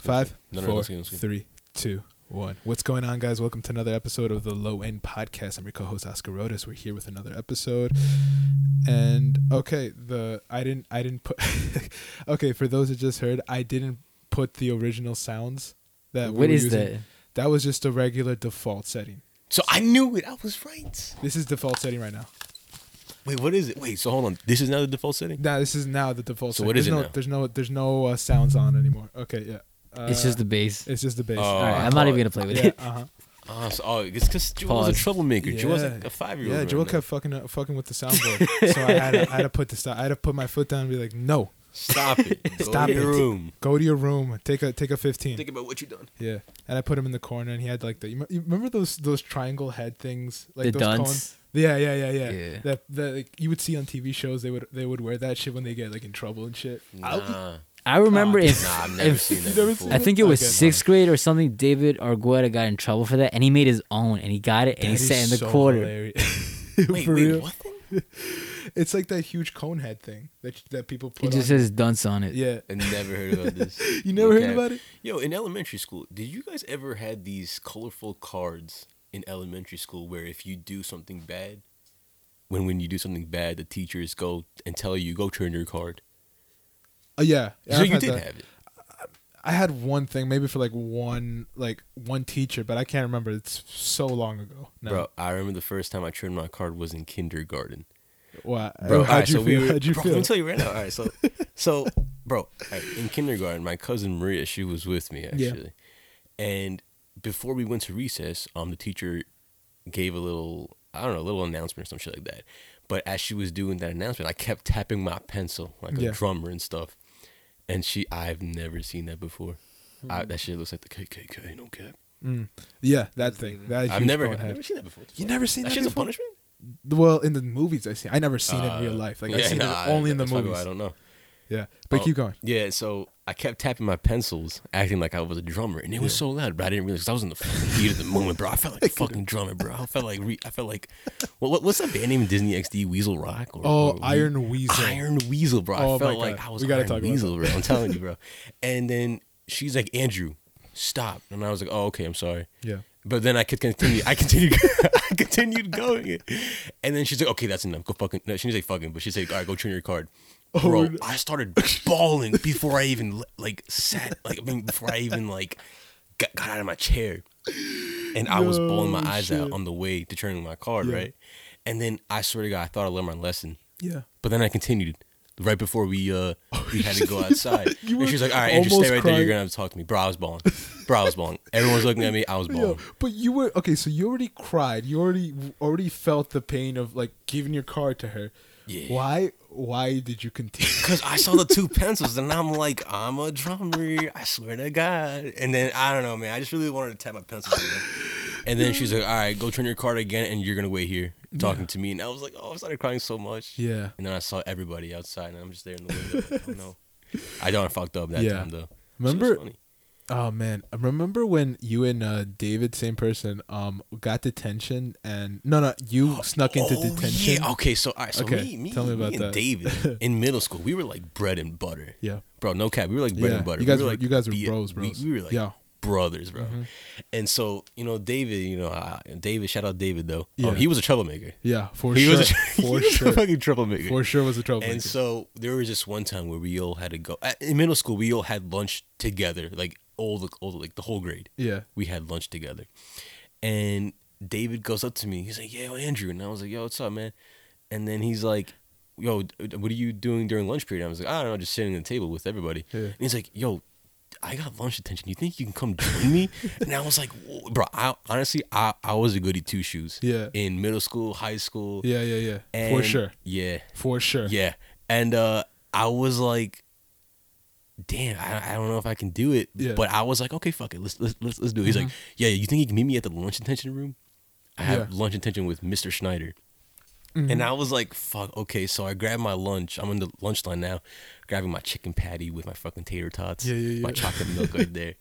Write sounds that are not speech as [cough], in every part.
Five, No, no, no, four, let's get it, let's get it. three, two, one. What's going on, guys? Welcome to another episode of the Low End Podcast. I'm your co-host Oscar Rodas. We're here with another episode, and okay, the I didn't I didn't put. [laughs] okay, for those that just heard, I didn't put the original sounds that. we What were is using. that? That was just a regular default setting. So I knew it. I was right. This is default setting right now. Wait, what is it? Wait, so hold on. This is now the default setting. Now this is now the default. So setting. what is there's it no, now? There's no there's no uh, sounds on anymore. Okay, yeah. Uh, it's just the bass. it's just the bass. Oh, All right, I I'm not thought- even gonna play with yeah, it. uh huh. Oh, so, oh it's because Joel was Pause. a troublemaker. Joel was Yeah. like a five year old. Yeah, Joel kept fucking uh, fucking with the soundboard, so I had, to, I had to put the st- I had to put my foot down and be like, "No, [laughs] Stop it. Go Stop to your it. room. go to your room, take a take a 15. Think about what you done. yeah, and I put him in the corner, and he had like the you, m- you remember those those triangle head things, like the those cone- dunce. Yeah, yeah, yeah, yeah. Yeah. That that like, you would see on TV shows, they would they would wear that shit when they get like in trouble and shit. Nah, I remember nah, if, I've never if seen that. Never before. seen I think it was Okay. sixth grade or something. David Argueta got in trouble for that, and he made his own, and he got it, and he That sat is in the so quarter. hilarious. [laughs] Wait, For wait, real. what? Thing? [laughs] It's like that huge cone head thing that that people put. It just on. says dunce on it. yeah. I never [laughs] heard about this. You never Okay. heard about it? Yo, in elementary school, did you guys ever had these colorful cards in elementary school where if you do something bad, when when you do something bad, the teachers go and tell you go turn your card. Uh, yeah. so I've you had did that. have it. I had one thing, maybe for like one like one teacher, but I can't remember. It's so long ago. No. Bro, I remember the first time I turned my card was in kindergarten. Why- Bro, how'd alright, you so we feel? were, how'd you bro, feel? Let me tell you right now. All [laughs] right, so, so, bro, alright, in kindergarten, my cousin Maria, she was with me Yeah. actually, and before we went to recess, um, the teacher gave a little, I don't know, a little announcement or some shit like that. But as she was doing that announcement, I kept tapping my pencil like a Yeah. drummer and stuff, and she, I've never seen that before. I, that shit looks like the KKK, no cap. Mm. Yeah, that thing. That I've huge never, cone I've head. never seen that before. You never seen That that shit's a before? punishment. Well, in the movies I see. I never seen it in real Uh, life. Like yeah, I seen nah, it only in the that's probably why movies. I don't know. Yeah. But Oh. keep going. Yeah, so I kept tapping my pencils, acting like I was a drummer, and it was so loud, but I didn't realize 'cause I was in the fucking heat of the moment, bro. I felt [laughs] like a fucking drummer, bro. I felt like re- I felt like what, what- what's that band name? in Disney XD Weasel Rock? Or, Oh, or- Iron Weasel. Iron Weasel, bro. Oh I my felt God. like I was We gotta Iron talk about [laughs] Weasel, bro. I'm telling you, bro. And then she's like, Andrew, stop, and I was like, oh, okay, I'm sorry. Yeah. But then I could continue. I continued. [laughs] I continued going, and then she's like, "Okay, that's enough. Go fucking." No, she didn't say fucking, but she's like, "All right, go turn your card." Bro, no. I started [laughs] bawling before I even like sat. Like I mean, before I even like got, got out of my chair, and I was bawling my No eyes out shit. on the way to turning my card, Yeah. right? And then I swear to God, I thought I learned my lesson, Yeah. but then I continued. Right before we uh we had [laughs] to go outside, Oh, You and she was were like, "All right, Andrew, stay almost right there. You're crying. gonna have to talk to me." Bro, I was bawling. Bro, I was bawling. Everyone was looking at me. I was Yo, bawling. but you were okay, so you already cried. You already already felt the pain of like giving your card to her. Yeah. Why why did you continue? [laughs] Cause I saw the two pencils, and I'm like, I'm a drummer. I swear to God. And then I don't know, man. I just really wanted to tap my pencils. again. And then she's like, All right, go turn your card again, and you're gonna wait here talking to me. And I was like, Oh, I started crying so much. yeah. And then I saw everybody outside, and I'm just there in the window. Like, oh [laughs] no, I don't fucked up that Yeah. time though. Remember- She was funny. Oh man, I remember when you and uh, David, same person, um, got detention and no, no, [gasps] you snuck into oh, detention. Yeah. Okay. So all right. So Okay, me, me, tell me about me and that. [laughs] David in middle school, we were like bread and butter. Yeah. Bro, no cap. We were like bread Yeah, and butter. you guys we were- like you guys were be- bros, we- bros. We, were like Yeah. Mm-hmm. brothers, bro. And so, you know, David, you know, uh, David, shout out David though. Yeah. Oh, he was a troublemaker. Yeah, for he sure, was a, for [laughs] he was a sure, fucking troublemaker. for sure was a troublemaker. and so there was this one time where we all had to go at- in middle school. We all had lunch together, like all the all the- like the whole grade. yeah, We had lunch together, and David goes up to me. He's like, "Yo, Andrew," and I was like, "Yo, what's up, man?" And then he's like, "Yo, d- what are you doing during lunch period?" I was like, "I don't know, just sitting at the table with everybody." Yeah. And he's like, "Yo." I got lunch attention. You think you can come join me? [laughs] and I was like, "Whoa, bro, I, honestly, I, I was a goody two shoes. Yeah. In middle school, high school. yeah, yeah, yeah, for and- sure, Yeah. for sure. Yeah. And uh I was like Damn, I, I don't know if I can do it, Yeah. Mm-hmm. but I was like, okay, fuck it, let's let's let's, let's do it. He's like, yeah, you think you can meet me at the lunch intention room? I have Yeah. Mm-hmm. lunch intention with Mr. Schneider, and I was like, fuck, okay. So I grabbed my lunch. I'm in the lunch line now, grabbing my chicken patty with my fucking tater tots, Yeah, yeah, my yeah. chocolate milk [laughs] right there,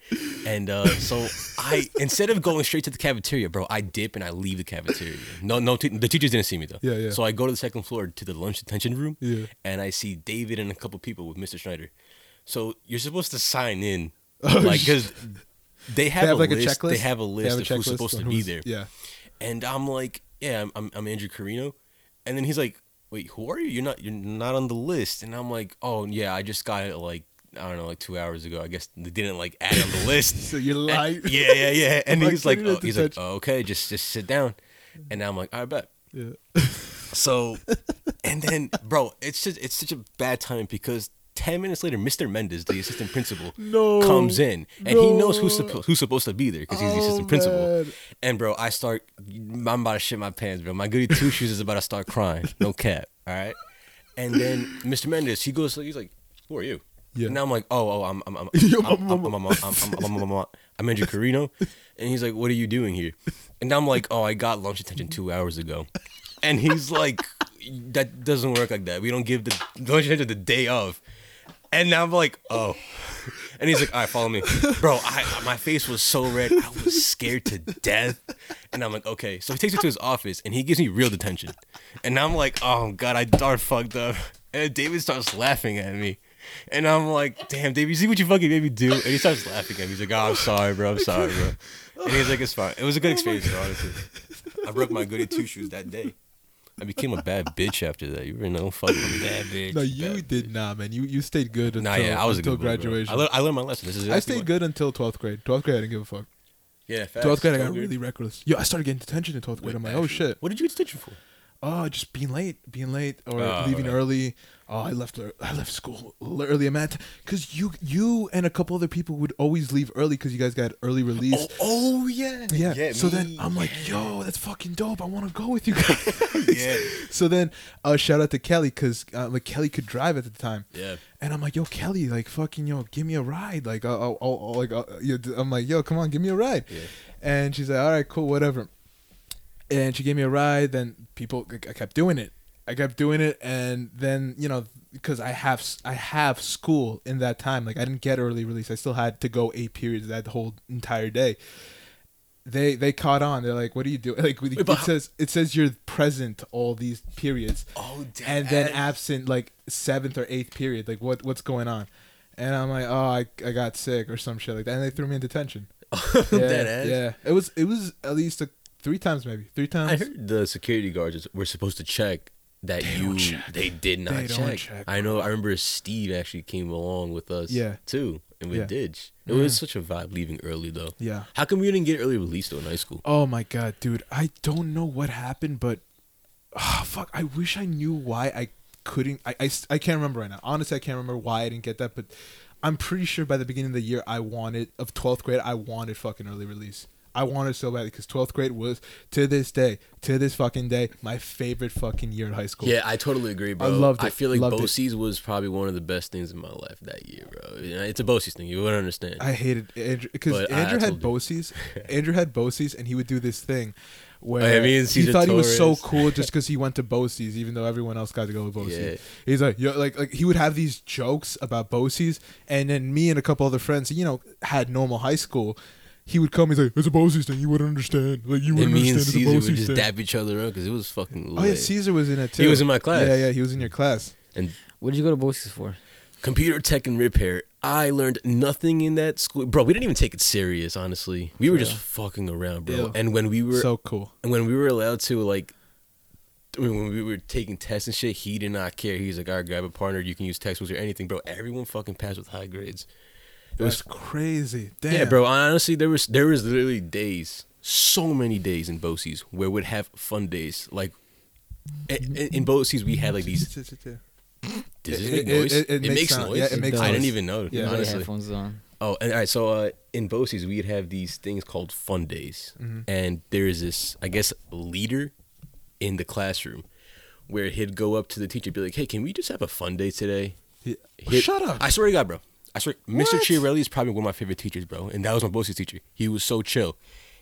and uh, so I instead of going straight to the cafeteria, bro, I dip and I leave the cafeteria. No, no, te- the teachers didn't see me though. Yeah, yeah. So I go to the second floor to the lunch detention room, Yeah. and I see David and a couple people with Mr. Schneider. So you're supposed to sign in [laughs] Oh, like shit. because they have, they have a like list. a checklist. They have a They have list a of who's checklist supposed on to be who's- there. Yeah, And I'm like, yeah, I'm, I'm, I'm Andrew Carino. And then he's like, wait, who are you? You're not, you're not on the list. And I'm like, oh yeah, I just got it like, I don't know, like two hours ago. I guess they didn't like add [laughs] on the list. so you're lying. And- yeah, yeah, [laughs] yeah. And Like, he's like, put it oh, at the he's like, touch. oh, okay, just, just sit down. And I'm like, I bet. yeah. So, and then, bro, it's just, it's such a bad time because. 10 minutes later, Mr. Mendez, the assistant principal, No. comes in and he knows who's, No. suppo- who's supposed to be there because he's the Oh, assistant principal. man. And bro, I start. I'm about to shit my pants, bro. My goody two shoes is about to start crying. No cap. All right. And then Mr. Mendes, he goes. He's like, "Who are you?" Yeah. And I'm like, "Oh, oh, I'm, I'm, I'm, [laughs] Yo, I'm, I'm, mama, I'm, I'm, I'm, I'm, I'm, I'm, I'm Andrew Carino." And he's like, "What are you doing here?" And I'm like, "Oh, I got lunch attention two hours ago." And he's like, "That doesn't work like that. We don't give the lunch attention the day of." And I'm like, "Oh." And he's like, all right, follow me. Bro, I, my face was so red. I was scared to death. And I'm like, okay. So he takes me to his office and he gives me real detention. And I'm like, oh, God, I darn fucked up. And David starts laughing at me. And I'm like, damn, David, you see what you fucking made me do? And he starts laughing at me. He's like, oh, I'm sorry, bro. I'm sorry, bro. And he's like, it's fine. It was a good experience, though, honestly. I broke my goody two shoes that day. I became a bad bitch after that. You were no fucking [laughs] bad bitch. No, you bad. did not, man. You you stayed good until, Nah, yeah, I was until a good boy, bro. graduation. I, learned, I learned my lesson. This is I exactly stayed what- good until twelfth grade. Twelfth grade, I didn't give a fuck. Yeah, facts. Twelfth grade, I So got good. really reckless. Yo, I started getting detention in twelfth grade. Wait, I'm like, oh actually, shit. What did you get detention for? Oh, just being late, being late, or Oh, leaving yeah. early. Oh, I left. ear- I left school l- early. I'm at because you, you, and a couple other people would always leave early because you guys got early release. oh yeah. yeah. So then I'm like, yo, that's fucking dope. I want to go with you guys. [laughs] Yeah. So then, uh, shout out to Kelly because uh, like Kelly could drive at the time. Yeah. And I'm like, yo, Kelly, like fucking, yo, give me a ride. Like, I'll, I'll, I'll like, I'll, you- I'm like, yo, come on, give me a ride. Yeah. And she's like, all right, cool, whatever. And she gave me a ride. Then people, I kept doing it. I kept doing it, and then you know, because I have I have school in that time. Like, I didn't get early release. I still had to go eight periods that whole entire day. They they caught on. They're like, "What are you doing?" Like, it but how- says it says you're present all these periods Oh damn. and then absent like seventh or eighth period. Like what what's going on? And I'm like, oh, I, I got sick or some shit like that, and they threw me in detention. Yeah, [laughs] Dead ass. yeah. It was it was at least a, three times maybe three times. I heard the security guards were supposed to check that you. don't check. They did not They check. don't check, I know. I remember Steve actually came along with us. Yeah. Too, and we Yeah. did. It was such a vibe leaving early though. Yeah. How come you didn't get early release though in high school? Oh my god, dude! I don't know what happened, but ah, fuck! I wish I knew why I couldn't. I, I s- I can't remember right now. Honestly, I can't remember why I didn't get that. But I'm pretty sure by the beginning of the year, I wanted of 12th grade, I wanted fucking early release. I wanted so badly because 12th grade was to this day, to this fucking day, my favorite fucking year in high school. Yeah, I totally agree, bro. Oh. I loved I it, feel like loved it. BOCES was probably one of the best things in my life that year, bro. It's a BOCES thing. You wouldn't understand. I hated Andrew because But I- I Andrew had told you. [laughs] BOCES. Andrew had BOCES, and he would do this thing Oh, where yeah, me and he Cesar thought he was so Torres. [laughs] cool just because he went to BOCES, even though everyone else got to go to BOCES. Yeah. He's like, yo, like, like he would have these jokes about BOCES, and then me and a couple other friends, you know, had normal high school. He would come. He's like, "It's a BOCES thing. You wouldn't understand. Like, you and wouldn't me and understand. Caesar would it's a BOCES just thing." dap each other up because it was fucking lit. oh yeah, Caesar was in it too. He was in my class. Yeah, yeah, he was in your class. and What did you go to Boxes for? computer tech and repair. I learned nothing in that school, bro. We didn't even take it serious, honestly. We were just fucking around, bro. Ew. And when we were So cool. and when we were allowed to like. When when we were taking tests and shit, he did not care. He's like, "All right, grab a partner. You can use textbooks or anything, bro." Everyone fucking passed with high grades. It was crazy. Damn. Yeah, bro. Honestly, there was there was literally days, so many days in BOCES where we'd have fun days. Like i- i- in BOCES, we had like these. Does this It- make it- noise? it- it makes sound. noise. Yeah, it makes I didn't noise. even know. Yeah. Yeah, honestly. headphones on. Oh, and all right. So uh, in BOCES, we'd have these things called fun days, and there is this, I guess, leader in the classroom where he'd go up to the teacher, and be like, "Hey, can we just have a fun day today?" Yeah. Hit- Shut up. I swear to God, bro. I swear, Mr. What? Chiarelli is probably one of my favorite teachers, bro, and that was my BOCES teacher. He was so chill.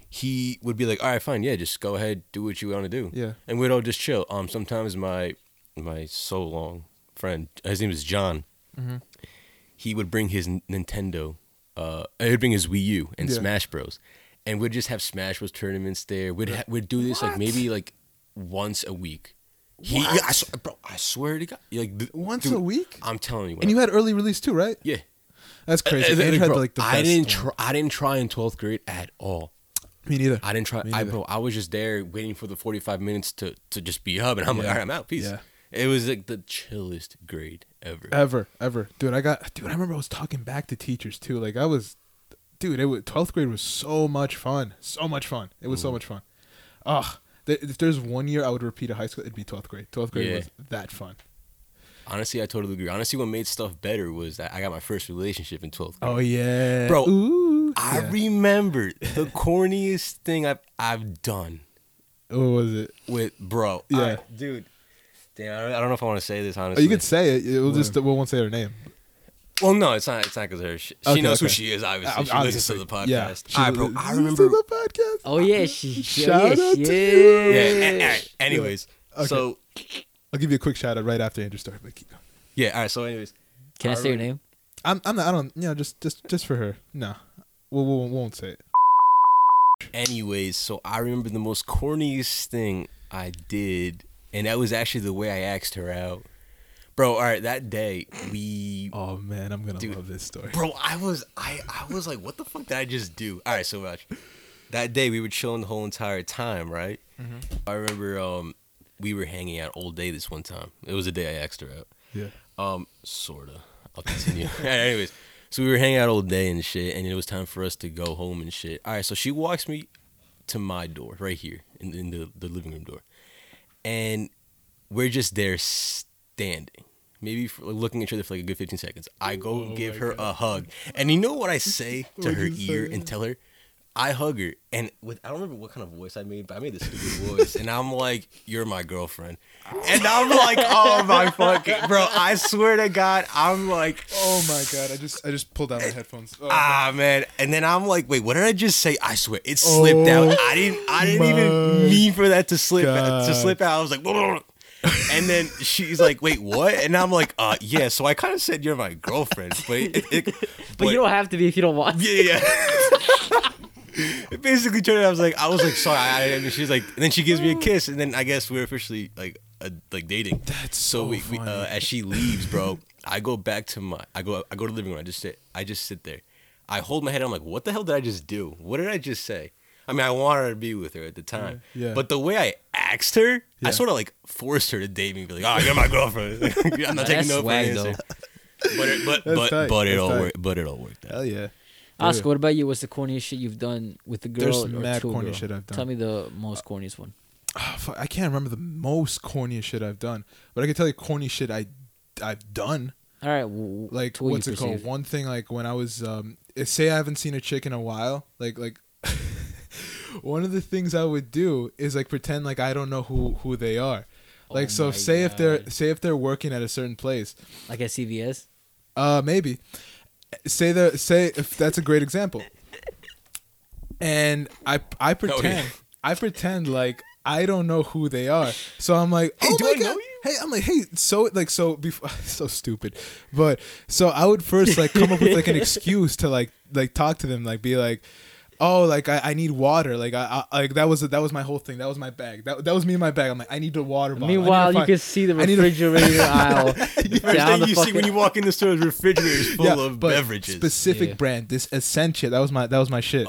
He would be like, "All right, fine, yeah, just go ahead, do what you want to do." Yeah. and we'd all just chill. Um, sometimes my my so long friend, his name is John. Mm-hmm. He would bring his N- Nintendo. Uh, he would bring his Wii U and Yeah. Smash Bros. And we'd just have Smash Bros. tournaments there. We'd ha- we'd do this like maybe like once a week. He, yeah, I, sw- bro, I swear to God, like th- Once dude, a week? I'm telling you, when And I- you had early release too, right? yeah. That's crazy. And- and- Andrew had, bro, like, the I best didn't. one. Tr- I didn't try in twelfth grade at all. Me neither. I didn't try. Me I neither. bro, I was just there waiting for the forty five minutes to to just be up, and I'm like, Yeah. all right, I'm out. Peace. Yeah. Uh, It was like the chillest grade ever. ever, ever, dude. I got, dude. I remember I was talking back to teachers too. Like I was, dude. It was twelfth grade was so much fun, so much fun. It was so Mm. much fun. Ugh. Th- if there's one year I would repeat a high school, it'd be twelfth grade. Twelfth grade Yeah. was that fun. Honestly, I totally agree. Honestly, what made stuff better was that I got my first relationship in twelfth grade. Oh yeah, Bro, Ooh. I Oh, Yeah. remember [laughs] the corniest thing I've I've done what was it? with bro. Yeah. I- dude. Damn, I don't- I don't know if I want to say this Oh, honestly. you could say it. We'll just we won't say her name. Well, no, it's not. It's not because her. She, she Okay, knows who okay. she is. Obviously, Ob- she listens to the podcast. Yeah. She All right, bro. listens I to remember. the podcast. Oh yeah, she. she- Shout yeah, out she- to you. Yeah. [laughs] yeah. a- a- alright, anyways, Okay. so I'll give you a quick shout out right after Andrew's story. But keep going. yeah. All right. So, anyways, Can I say your name? I'm, I'm not, I don't. You know, just, just, just for her. No, we we we won't say it. anyways, so I remember the most corniest thing I did, and that was actually the way I asked her out, bro. All right, that day we Oh man, I'm gonna Dude. love this story. Bro, I was I I was like, what the fuck did I just do? All right, so much. That day we were chilling the whole entire time, right? Mm-hmm. I remember um we were hanging out all day this one time. It was the day I asked her out. Yeah. Um, sorta. I'll continue. [laughs] All right, anyways, so we were hanging out all day and shit, and it was time for us to go home and shit. All right, so she walks me to my door right here in, in the the living room door, and we're just there standing, maybe for, like, looking at each other for like a good fifteen seconds. I go Oh give my her a hug, and you know [laughs] what I say to What'd her you ear say? and tell her. I hug her, and with I don't remember what kind of voice I made, but I made this stupid voice, and I'm like, "You're my girlfriend," and I'm like, "Oh my fucking bro!" I swear to God, I'm like, Oh my god, I just I just pulled out my headphones. Oh, "Ah man," and then I'm like, "Wait, what did I just say?" I swear, it slipped out. I didn't, I didn't Oh my even mean for that to slip out, to God. slip out. I was like, and then she's like, "Wait, what?" And I'm like, "Uh, yeah." So I kind of said, "You're my girlfriend," but it, it, it- But you don't have to be if you don't want. to. yeah, yeah. yeah. [laughs] it basically turned out I was like, I was like, sorry. I, I mean, she's like, and then she gives me a kiss, and then I guess we're officially like, uh, like dating. That's so we, we uh, funny. as she leaves, bro, I go back to my, I go, I go to the living room. I just sit, I just sit there. I hold my head. I'm like, what the hell did I just do? What did I just say? I mean, I wanted to be with her at the time, Yeah, yeah. but the way I asked her, Yeah. I sort of like forced her to date me. Be like, oh, you're my girlfriend. [laughs] I'm not That's taking no for an swag, though. answer. But it, but That's but, tight. but it That's all tight. worked. But it all worked out. Hell yeah. Ah, Oscar, what about you? What's the corniest shit you've done with a girl There's or mad to a corny girl? shit I've done. Tell me the most corniest one. Ah, fuck, I can't remember the most corniest shit I've done, but I can tell you corny shit I I've done. All right, w- Like to what you what's it called? perceive. One thing like when I was um eh, say I haven't seen a chick in a while, like like [laughs] one of the things I would do is like pretend like I don't know who who they are. Like Oh so my if, say if they're God. say if they're working at a certain place Like at CVS. Uh, maybe. Say the say if that's a great example. And I Oh, I pretend I pretend like I don't know who they are. So I'm like, Hey, oh do my I know God. you? Hey, I'm like, hey, so like so before [laughs] so stupid. But so I would first like come up with [laughs] like an excuse to like like talk to them, like be like. Oh, like I, I need water. Like I, I like that was that was my whole thing. That was my bag. That, that was me in my bag. I'm like I need a water bottle. I need to Meanwhile, you find- can see the I [laughs] need to- refrigerator aisle First down thing you the see fucking. when you walk in the store is [laughs] refrigerators full of but beverages. Specific Yeah. brand. This Essentia. That was my that was my shit.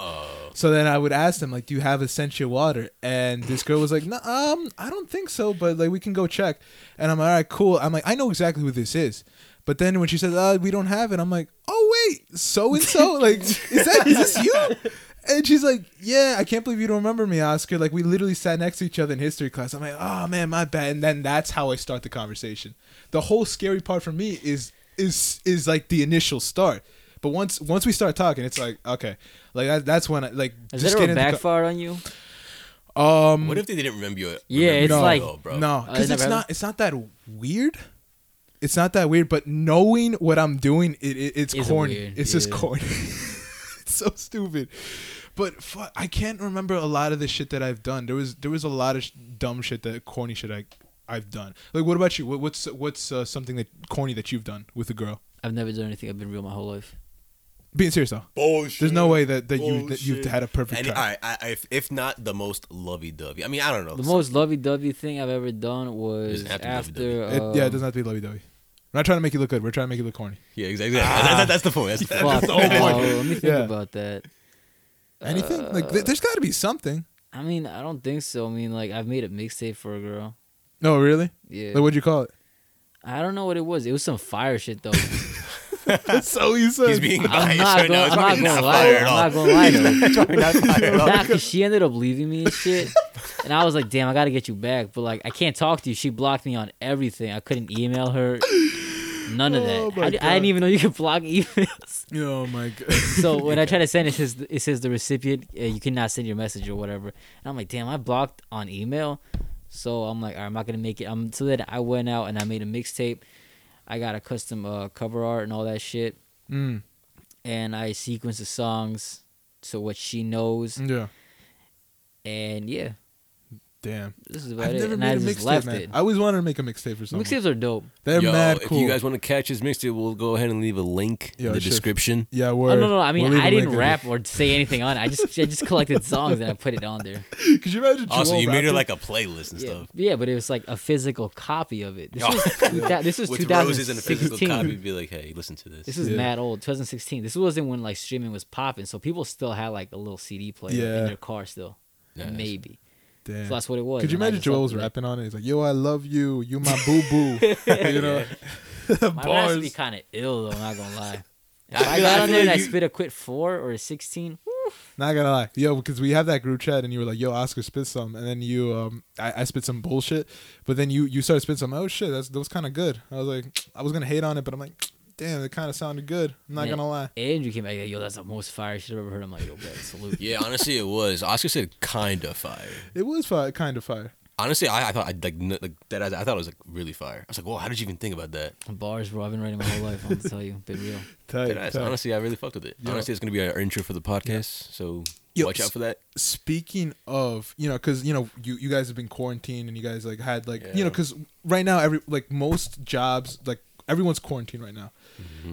So then I would ask them like, "Do you have Essentia water?" And this girl was like, "No, um, I don't think so, but like we can go check." And I'm like, "All right, cool." I'm like, "I know exactly who this is." But then when she said, uh, "We don't have it," I'm like, "Oh wait, so and so, like, is that is this you?" And she's like, "Yeah, I can't believe you don't remember me, Oscar. Like, we literally sat next to each other in history class." I'm like, "Oh man, my bad." And then that's how I start the conversation. The whole scary part for me is is is like the initial start, but once once we start talking, it's like okay, like that, that's when I, like Has that ever get into co- backfired on you? um what if they didn't remember you? Yeah, remember it's you at like- all, bro. no Oh, because it it's never not it's not that weird. It's not that weird, but knowing what I'm doing, it, it it's Is corny. weird, It's just yeah. corny. [laughs] it's so stupid. But fuck, I can't remember a lot of the shit that I've done. There was there was a lot of sh- dumb shit that corny shit I I've done. Like what about you? What, what's what's uh, something that corny that you've done with a girl? I've never done anything. I've been real my whole life. Being serious though, Bullshit. there's no way that, that you that you've Bullshit. had a perfect. And, all time. right, I, I, if, if not the most lovey-dovey. I mean, I don't know. The most lovey-dovey thing I've ever done was Oh, Doesn't have to be after. It, um, yeah, it doesn't have to be lovey dovey. We're not trying to make you look good. We're trying to make you look corny. Yeah, exactly. That- that- that's the point. That's [laughs] the point. Ah. Fuck. [laughs] the whole point. Oh, let me think Yeah. about that. Anything like th- there's got to be something. I mean, I don't think so. I mean, like I've made a mixtape for a girl. No, Oh, really? Yeah. Like, what'd you call it? I don't know what it was. It was some fire shit [laughs] though. That's so you said. He's being biased I'm not right gonna- now. It's I'm not probably gonna not lie. fire at I'm all. not gonna [laughs] lie, though. It's probably not [laughs] [laughs] fire at all. Nah, cause she ended up leaving me and shit. And I was like, damn, I gotta get you back. But like, I can't talk to you. She blocked me on everything. I couldn't email her. None of that. Oh, my I, I God. didn't even know you could block emails. [laughs] [laughs] oh my god. So when I try to send, it says it says the recipient uh, you cannot send your message or whatever. And I'm like, damn, I blocked on email. So I'm like, all right, I'm not gonna make it. Um, so then I went out and I made a mixtape. I got a custom uh, cover art and all that shit. [laughs] Mm, And I sequenced the songs to what she knows. yeah. And yeah, Damn. this is about I've it. never And made I a just mixtape, left man. it. I always wanted to make a mixtape for something. Mixtapes are dope. They're Yo, mad if cool. you guys want to catch his mixtape, we'll go ahead and leave a link Yo, in the sure. description. yeah. Oh, Word. no, no, no. I We'll mean, leave a I didn't link rap or say anything on it. I just, I [laughs] just collected songs and I put it on there. in- [laughs] Could you imagine? Also, Joel you made rapping? it like a playlist and Yeah, stuff. yeah, but it was like a physical copy [laughs] of it. This Oh. was, two thou- this was With roses and a physical 2016. copy, be like, hey, listen to this. This was Yeah. mad old, 2016. This wasn't when like streaming was popping, so people still had like a little CD player Yeah. in their car still, Nice. maybe. Damn. So that's what it was. Could you and I imagine just Joel left was it. rapping on it? He's like, "Yo, I love you. You my boo boo." [laughs] you know. My raps would [laughs] be Bars. kind of ill though. I'm not gonna [laughs] lie. I If I feel- I got on feel there and like I you- spit a quit four or a 16. Not gonna lie, yo, because we have that group chat, and you were like, "Yo, Oscar spit some," and then you, um, I, I spit some bullshit, but then you, you started spitting some. Oh shit, that's that was kind of good. I was like, I was gonna hate on it, but I'm like, damn, it kind of sounded good. I'm not Yeah. gonna lie. Andrew came back. Yo, that's the most fire shit I've ever heard. I'm like, yo, bet, salute. [laughs] Yeah, honestly, it was. Oscar said kind of fire. It was fire, kind of fire. Honestly, I, I thought I like, n- like that. I, I thought it was like really fire. I was like, whoa, how did you even think about that? Bars, bro. I've been writing my whole life. I'm gonna tell you, been real. Tight, Dead ass. tight. Honestly, I really fucked with it. Yo. Honestly, it's gonna be our intro for the podcast. So Yo, watch s- out for that. Speaking of, you know, because you know, you you guys have been quarantined, and you guys like had like, you Yeah. know, because right now every like most jobs like everyone's quarantined right now,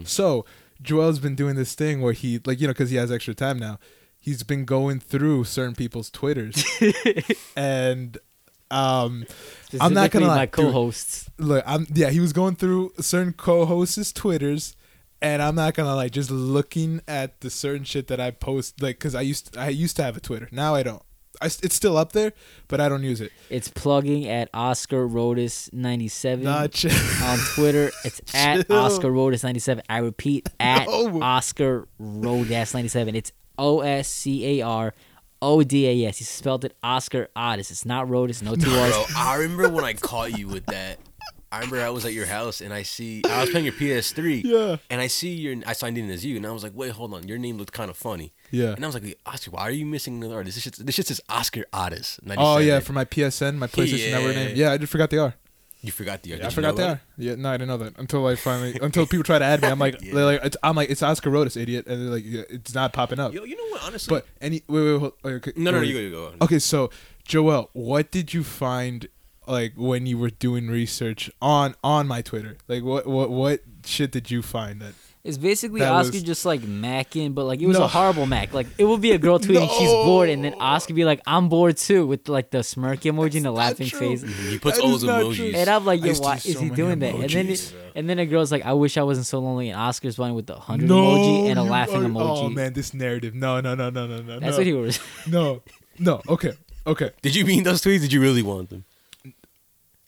so Joel's been doing this thing where he like you know because he has extra time now. He's been going through certain people's twitters and um [laughs] I'm not Specifically gonna lie, my dude. co-hosts. look i'm yeah he was going through certain co-hosts twitters and i'm not gonna like just looking at the certain shit that i post like because i used i used to have a twitter now i don't I, s- it's still up there but i don't use it It's plugging at Oscar Rodas 97 Nah, chill. [laughs] on Twitter. [laughs] It's at Chill. Oscar Rodas 97. I repeat, at No. Oscar Rodas 97. It's O S C A R O D A S. He spelled it Oscar Otis. It's not [laughs] Rodas, no two Bro, R's. I remember when I caught you with that. I remember I was at your house and I see I was playing your PS3. Yeah. And I see your I signed in as you and I was like, wait, hold on, your name looked kind of funny. Yeah. And I was like, Oscar, why are you missing another artist? This shit, this shit says Oscar Otis. oh 97. yeah for my psn my playstation network Yeah. name yeah i just forgot they are you forgot the. yeah, i forgot they are yeah no i didn't know that until i [laughs] finally until people try to add me i'm like Yeah. they're like it's, i'm like it's oscar rodas idiot and they're like yeah, it's not popping up Yo, you know what? Honestly, but any wait wait hold, okay, no, no, no, wait. you go, you go. Okay, so Joel, what did you find like when you were doing research on on my Twitter? Like what what what shit did you find that It's basically That Oscar was- just like macking, but like it was No. a horrible mac. Like it would be a girl [laughs] tweeting she's No. bored, and then Oscar be like, "I'm bored too," with like the smirk emoji and the laughing true. face. He puts That all is those not true. emojis. And I'm like, I yo, used to why do is so he many doing that? And then, emojis, it, and then the girl's like, I wish I wasn't so lonely. And Oscar's one with the hundred No, emoji and a you laughing are- emoji. Oh man, this narrative. No, no, no, no, no, no. no. That's what he was. No. No, okay. Okay. Did you mean those tweets? Did you really want them?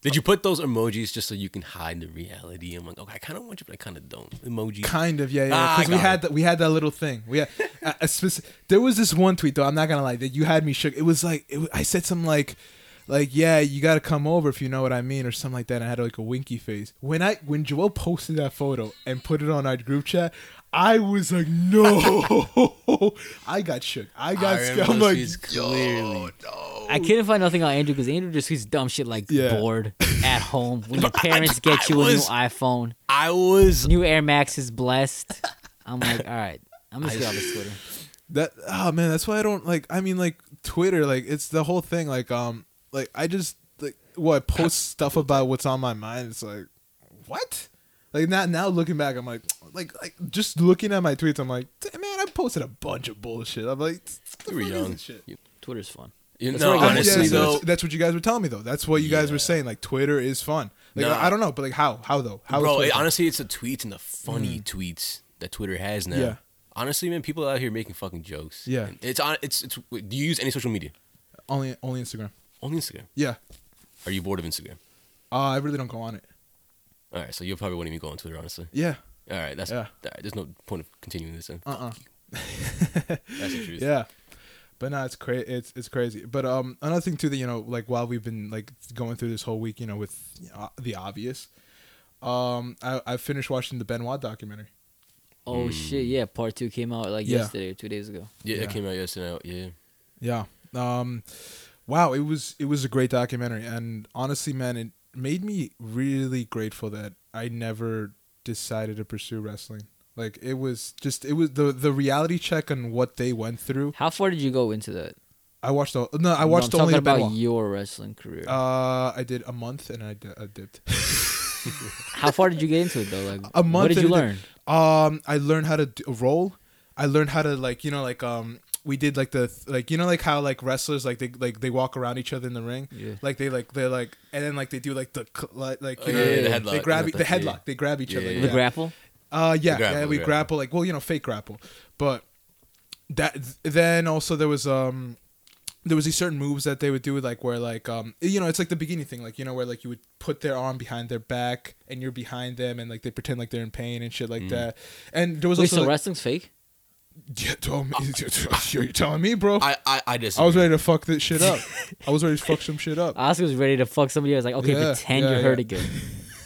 Did you put those emojis just so you can hide the reality? I'm like, okay, I kind of want you, but I kind of don't. Emoji. Kind of, yeah, yeah. Ah, Because I we got had it. that, we had that little thing. We had a, a speci- There was this one tweet though. I'm not gonna lie that you had me shook. It was like it, wa- I said some like, like yeah, you gotta come over if you know what I mean or something like that. And I had like a winky face when I when Joel posted that photo and put it on our group chat. I was like, no, [laughs] I got shook. I got. I scared. remember I'm like, those tweets yo, clearly. no. I couldn't find nothing on Andrew because Andrew just tweets dumb shit like Oh. Yeah. [laughs] bored at home when your I- parents I get you a new was- iPhone, I was. new Air Max is blessed. [laughs] I'm like, all right, I'm gonna get off this Twitter. that oh man that's why i don't like i mean like twitter like it's the whole thing like um like i just like well i post stuff about what's on my mind it's like what like now now looking back i'm like like like just looking at my tweets i'm like "Damn, man i posted a bunch of bullshit i'm like You "What the fuck were is young. this shit?" You- Twitter's fun. You That's know, what I got. Yeah, honestly so though, that's, that's what you guys were telling me though. That's what you guys were Yeah. saying. Like Twitter is fun. Like Nah. I don't know, but like how? How though? How is bro, Twitter it- fun? honestly, it's the tweets and the funny tweets that Twitter has now. Mm. Yeah. Honestly, man, people out here making fucking jokes. Yeah. It's on. It's it's. Do you use any social media? only only Instagram? Only Instagram. Yeah. Are you bored of Instagram? Uh, I really don't go on it. All right, so you probably wouldn't even go on Twitter, honestly. Yeah. All right, that's Yeah. all right, there's no point of continuing this. Then. Uh. uh That's the truth. Yeah. But no, it's crazy. It's it's crazy. But um, another thing too that you know, like while we've been like going through this whole week, you know, with you know, the obvious, um, I I finished watching the Benoit documentary. Oh shit! Yeah, part two came out like Hmm. Yeah. yesterday or two days ago. Yeah, Yeah. it came out yesterday. Yeah. Yeah. Um, wow, it was it was a great documentary, and honestly, man, it made me really grateful that I never decided to pursue wrestling. Like it was just it was the the reality check on what they went through. How far did you go into that? I watched the no, I No, watched I'm only the talking Benoit. about your wrestling career. uh, I did a month and I, di- I dipped. How far did you get into it though? Like, [laughs] a month. what did you and it learn? Um, I learned how to d- roll. I learned how to like you know like um we did like the like you know like how like wrestlers like they like they walk around each other in the ring. Yeah. Like they like they're like and then like they do like the cl- like like Oh, you yeah, know yeah, the they headlock. grab e- the Yeah. headlock they grab each Yeah, other. yeah, The yeah. grapple. Uh, yeah, The grapple, yeah, we grapple the grapple. like well, you know, fake grapple, but that then also there was um there was these certain moves that they would do like where like um you know it's like the beginning thing like you know where like you would put their arm behind their back and you're behind them and like they pretend like they're in pain and shit like Mm. that and there was Wait, also so like, wrestling's fake? [laughs] yeah, tell me, [laughs] you're telling me, bro. I, I I I just. was ready to fuck this shit up. I was ready to fuck some shit [laughs] up. Oscar was ready to fuck somebody. I was like, okay, Yeah, pretend yeah, you're hurt yeah. [laughs] again.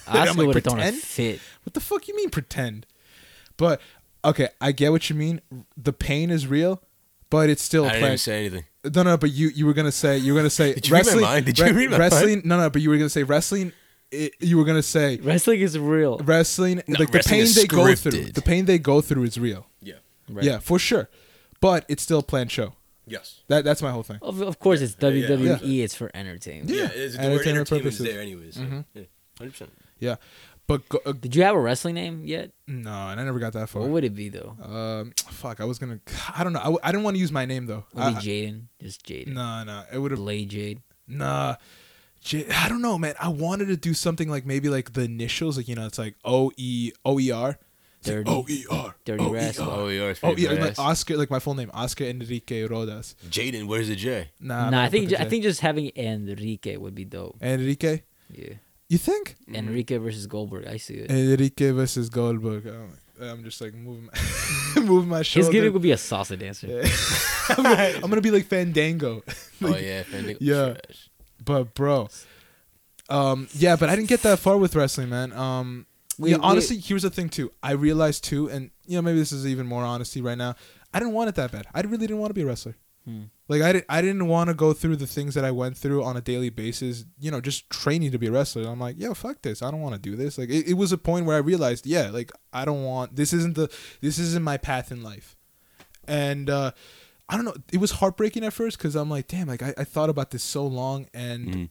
I'm Oscar like, would have thrown a pretend? fit. What the fuck you mean pretend? But okay, I get what you mean. The pain is real, but it's still I a didn't plan. even say anything. No, no, but you you were gonna say you were gonna say [laughs] Did you read my wrestling. mind? Did you read my mind? wrestling? No, no, but you were gonna say wrestling. It, you were gonna say Wrestling is real. wrestling. No, like the wrestling pain is they go through, scripted. the pain they go through is real. Yeah. Right. Yeah, for sure. But it's still a planned show. Yes. That that's my whole thing. Of, of course, it's yeah, yeah. WWE. It's for entertainment. Yeah, it is- the word entertainment entertainment is purposes. Mm-hmm. there anyways. so, yeah, 100%. Yeah, but go, uh, Did you have a wrestling name yet? no, and I never got that far. What would it be though? Um, fuck, I was gonna. I don't know. I, w- I didn't want to use my name though. Would it I- be Jaden? Just Jaden. Uh, Nah, nah. It would have. Blade Jade. Nah. J- I don't know, man. I wanted to do something like maybe like the initials, like you know, it's like O E O E R. It's like Dirty- O E R. Dirty O E R. rascal. Oh, yeah, it's Oh pretty yeah, like badass. Oscar, like my full name, Oscar Enrique Rodas. Jaden, where's [laughs] the J? Nah, I'm nah, not I think gonna ju- put I the J. think just having Enrique would be dope. Enrique. Yeah. You think Enrique versus Goldberg. I see it. Enrique versus Goldberg? Oh, I'm just like moving, my, [laughs] moving my His shoulder. gimmick [laughs] would be a salsa dancer. I'm, gonna, I'm gonna be like Fandango. Oh yeah, Fending. Yeah. Trash. But bro, um, yeah, but I didn't get that far with wrestling, man. Um, Wait, yeah, wait. honestly, here's the thing too. I realized too, and you know maybe this is even more honesty right now. I didn't want it that bad. I really didn't want to be a wrestler. Hmm. Like I didn't, I didn't want to go through the things that I went through on a daily basis. You know, just training to be a wrestler. I'm like, yo, fuck this. I don't want to do this. Like it, it was a point where I realized, yeah, like I don't want this. Isn't the this isn't my path in life and uh, I don't know. It was heartbreaking at first because I'm like, damn, like I, I thought about this so long, and Mhm.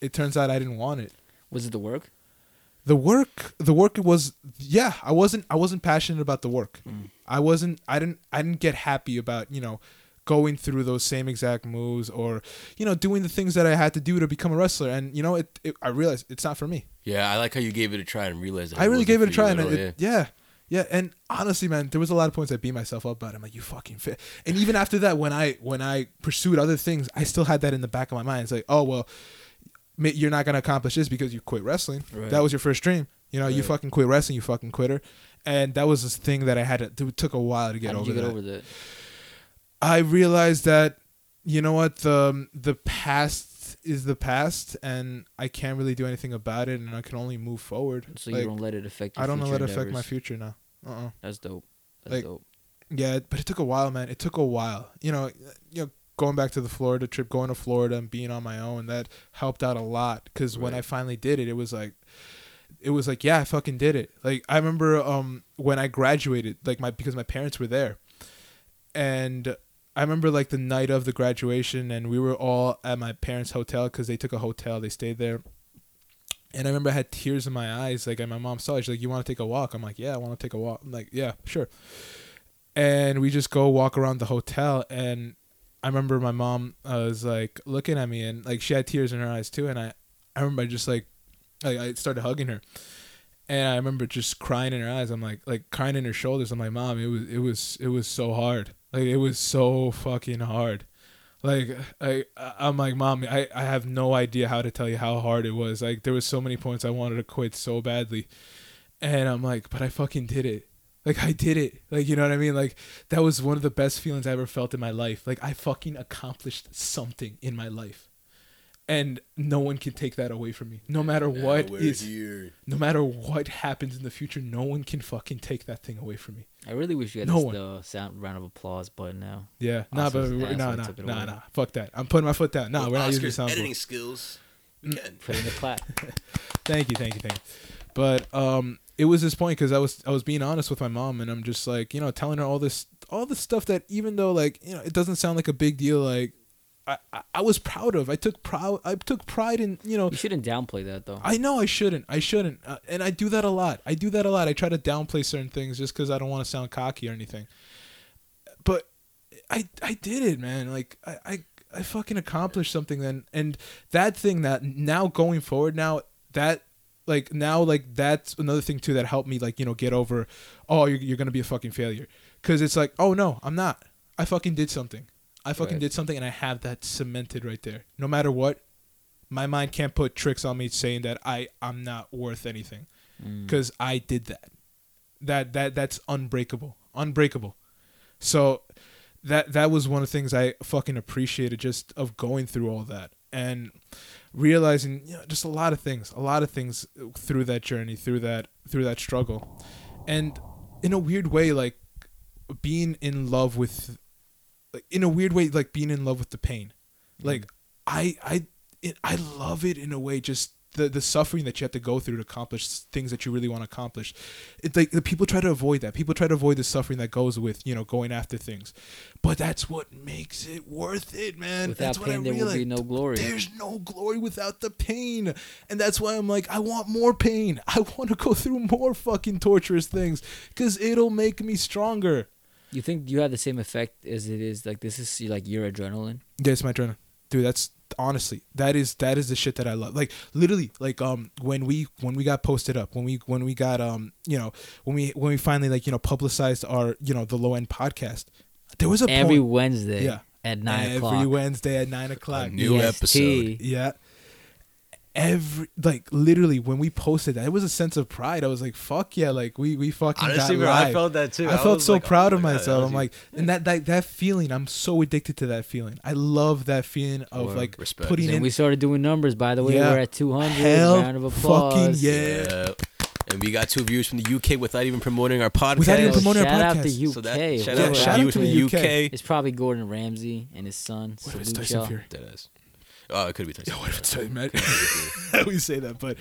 it turns out I didn't want it. [laughs] Was it the work? The work, the work was, yeah, I wasn't, I wasn't passionate about the work. I wasn't, I didn't, I didn't get happy about you know going through those same exact moves or you know doing the things that I had to do to become a wrestler. And you know, it, it I realized it's not for me. Yeah, I like how you gave it a try and realized. That I really wasn't gave it for a you try, at and all, it, yeah. yeah, And honestly, man, there was a lot of points I beat myself up about. I'm like, you fucking fit. And even after that, when I when I pursued other things, I still had that in the back of my mind. It's like, oh well, ma- you're not gonna accomplish this because you quit wrestling. Right. That was your first dream. You know, you Right. fucking quit wrestling. You fucking quitter. And that was this thing that I had. To, it took a while to get How over. did you get that. over that? I realized that you know what the um, the past is the past, and I can't really do anything about it, and I can only move forward. So Like, you don't let it affect. Your I don't know future let it affect my endeavors. future now. Uh uh That's dope. That's Like- dope. Yeah, it- but it took a while, man. It took a while. You know, you know, going back to the Florida trip, going to Florida and being on my own, that helped out a lot. Cause when Right. I finally did it, it was like, it was like, yeah, I fucking did it. Like I remember um when I graduated, like my because my parents were there, and I remember like the night of the graduation, and we were all at my parents' hotel because they took a hotel, they stayed there. And I remember I had tears in my eyes. Like, and my mom saw it. She's like, "You want to take a walk?" I'm like, "Yeah, I want to take a walk." I'm like, "Yeah, sure." and we just go walk around the hotel and I remember my mom uh, was like looking at me and like she had tears in her eyes too, and I I remember I just like I, I started hugging her, and I remember just crying in her eyes. I'm like like crying in her shoulders. I'm like, mom, it was it was it was so hard. Like it was so fucking hard. Like I I- I'm like, mom, I I have no idea how to tell you how hard it was. Like there was so many points I wanted to quit so badly, and I'm like, but I fucking did it. Like I did it. Like you know what I mean? Like that was one of the best feelings I ever felt in my life. Like I fucking accomplished something in my life. And no one can take that away from me. No matter what Now we're is here. no matter what happens in the future, no one can fucking take that thing away from me. I really wish you had No this one. the sound round of applause [laughs] button now. Yeah, nah, Oscar's but an we're- nah, asshole, nah, took it nah, away. nah. Fuck that. I'm putting my foot down. Nah, With we're not using Mm. Oscar's the soundboard. editing skills. Again. Put in the clap. Thank you, thank you, thank you. But um, it was this point because I was I was being honest with my mom, and I'm just like you know telling her all this all the stuff that even though like you know it doesn't sound like a big deal, like I I, I was proud of. I took proud I took pride in you know You shouldn't downplay that though. I know I shouldn't. I shouldn't. Uh, and I do that a lot. I do that a lot. I try to downplay certain things just because I don't want to sound cocky or anything. But I I did it, man. Like I I, I fucking accomplished something then. And that thing that now going forward now that like now like that's another thing too that helped me like you know get over oh you're, you're gonna be a fucking failure because it's like oh no i'm not i fucking did something i fucking Right. did something and i have that cemented right there no matter what my mind can't put tricks on me saying that I I'm not worth anything because I did that. That that that's unbreakable, unbreakable. So that that was one of the things I fucking appreciated just of going through all that and realizing you know, just a lot of things, a lot of things through that journey, through that through that struggle, and in a weird way, like being in love with, like in a weird way, like being in love with the pain, Mm-hmm. like I I it, I love it in a way just. The, the suffering that you have to go through to accomplish things that you really want to accomplish it's like the people try to avoid that people try to avoid the suffering that goes with you know going after things but that's what makes it worth it man Without that's what pain, I there will be realized. no glory. There's no glory without the pain. And that's why I'm like, I want more pain. I want to go through more fucking torturous things because it'll make me stronger. You think you have the same effect as it is like this is like your adrenaline? Yeah, it's my turn. Dude, that's honestly that is that is the shit that I love. Like literally, like um when we when we got posted up, when we when we got um you know when we when we finally like you know publicized our you know the low end podcast, there was a Every point Wednesday Yeah. at nine every o'clock. Wednesday at nine o'clock. new episode. Yeah. Every like literally when we posted that, it was a sense of pride. I was like, "Fuck yeah!" Like we we fucking Honestly, got bro, I live. felt that too. I, I felt was so like, oh proud of my God, that myself. was I'm you. like, and that, that that feeling, I'm so addicted to that feeling. I love that feeling of Word. like Respect. putting Then in. [laughs] we started doing numbers. By the way, Yeah. we're at two hundred. Hell Round of fucking applause. yeah. Uh, and we got two viewers from the UK without even promoting our podcast. Without even promoting- shout our out podcast. the UK. So that, shout Yeah, out, shout out viewers to from the the UK. UK. [laughs] It's probably Gordon Ramsay and his son. What if it's Salute Tyson y'all. Fury? That is. Oh, it could be Tyson. Yeah, what if it's Tyson Fury? [laughs] we say that, but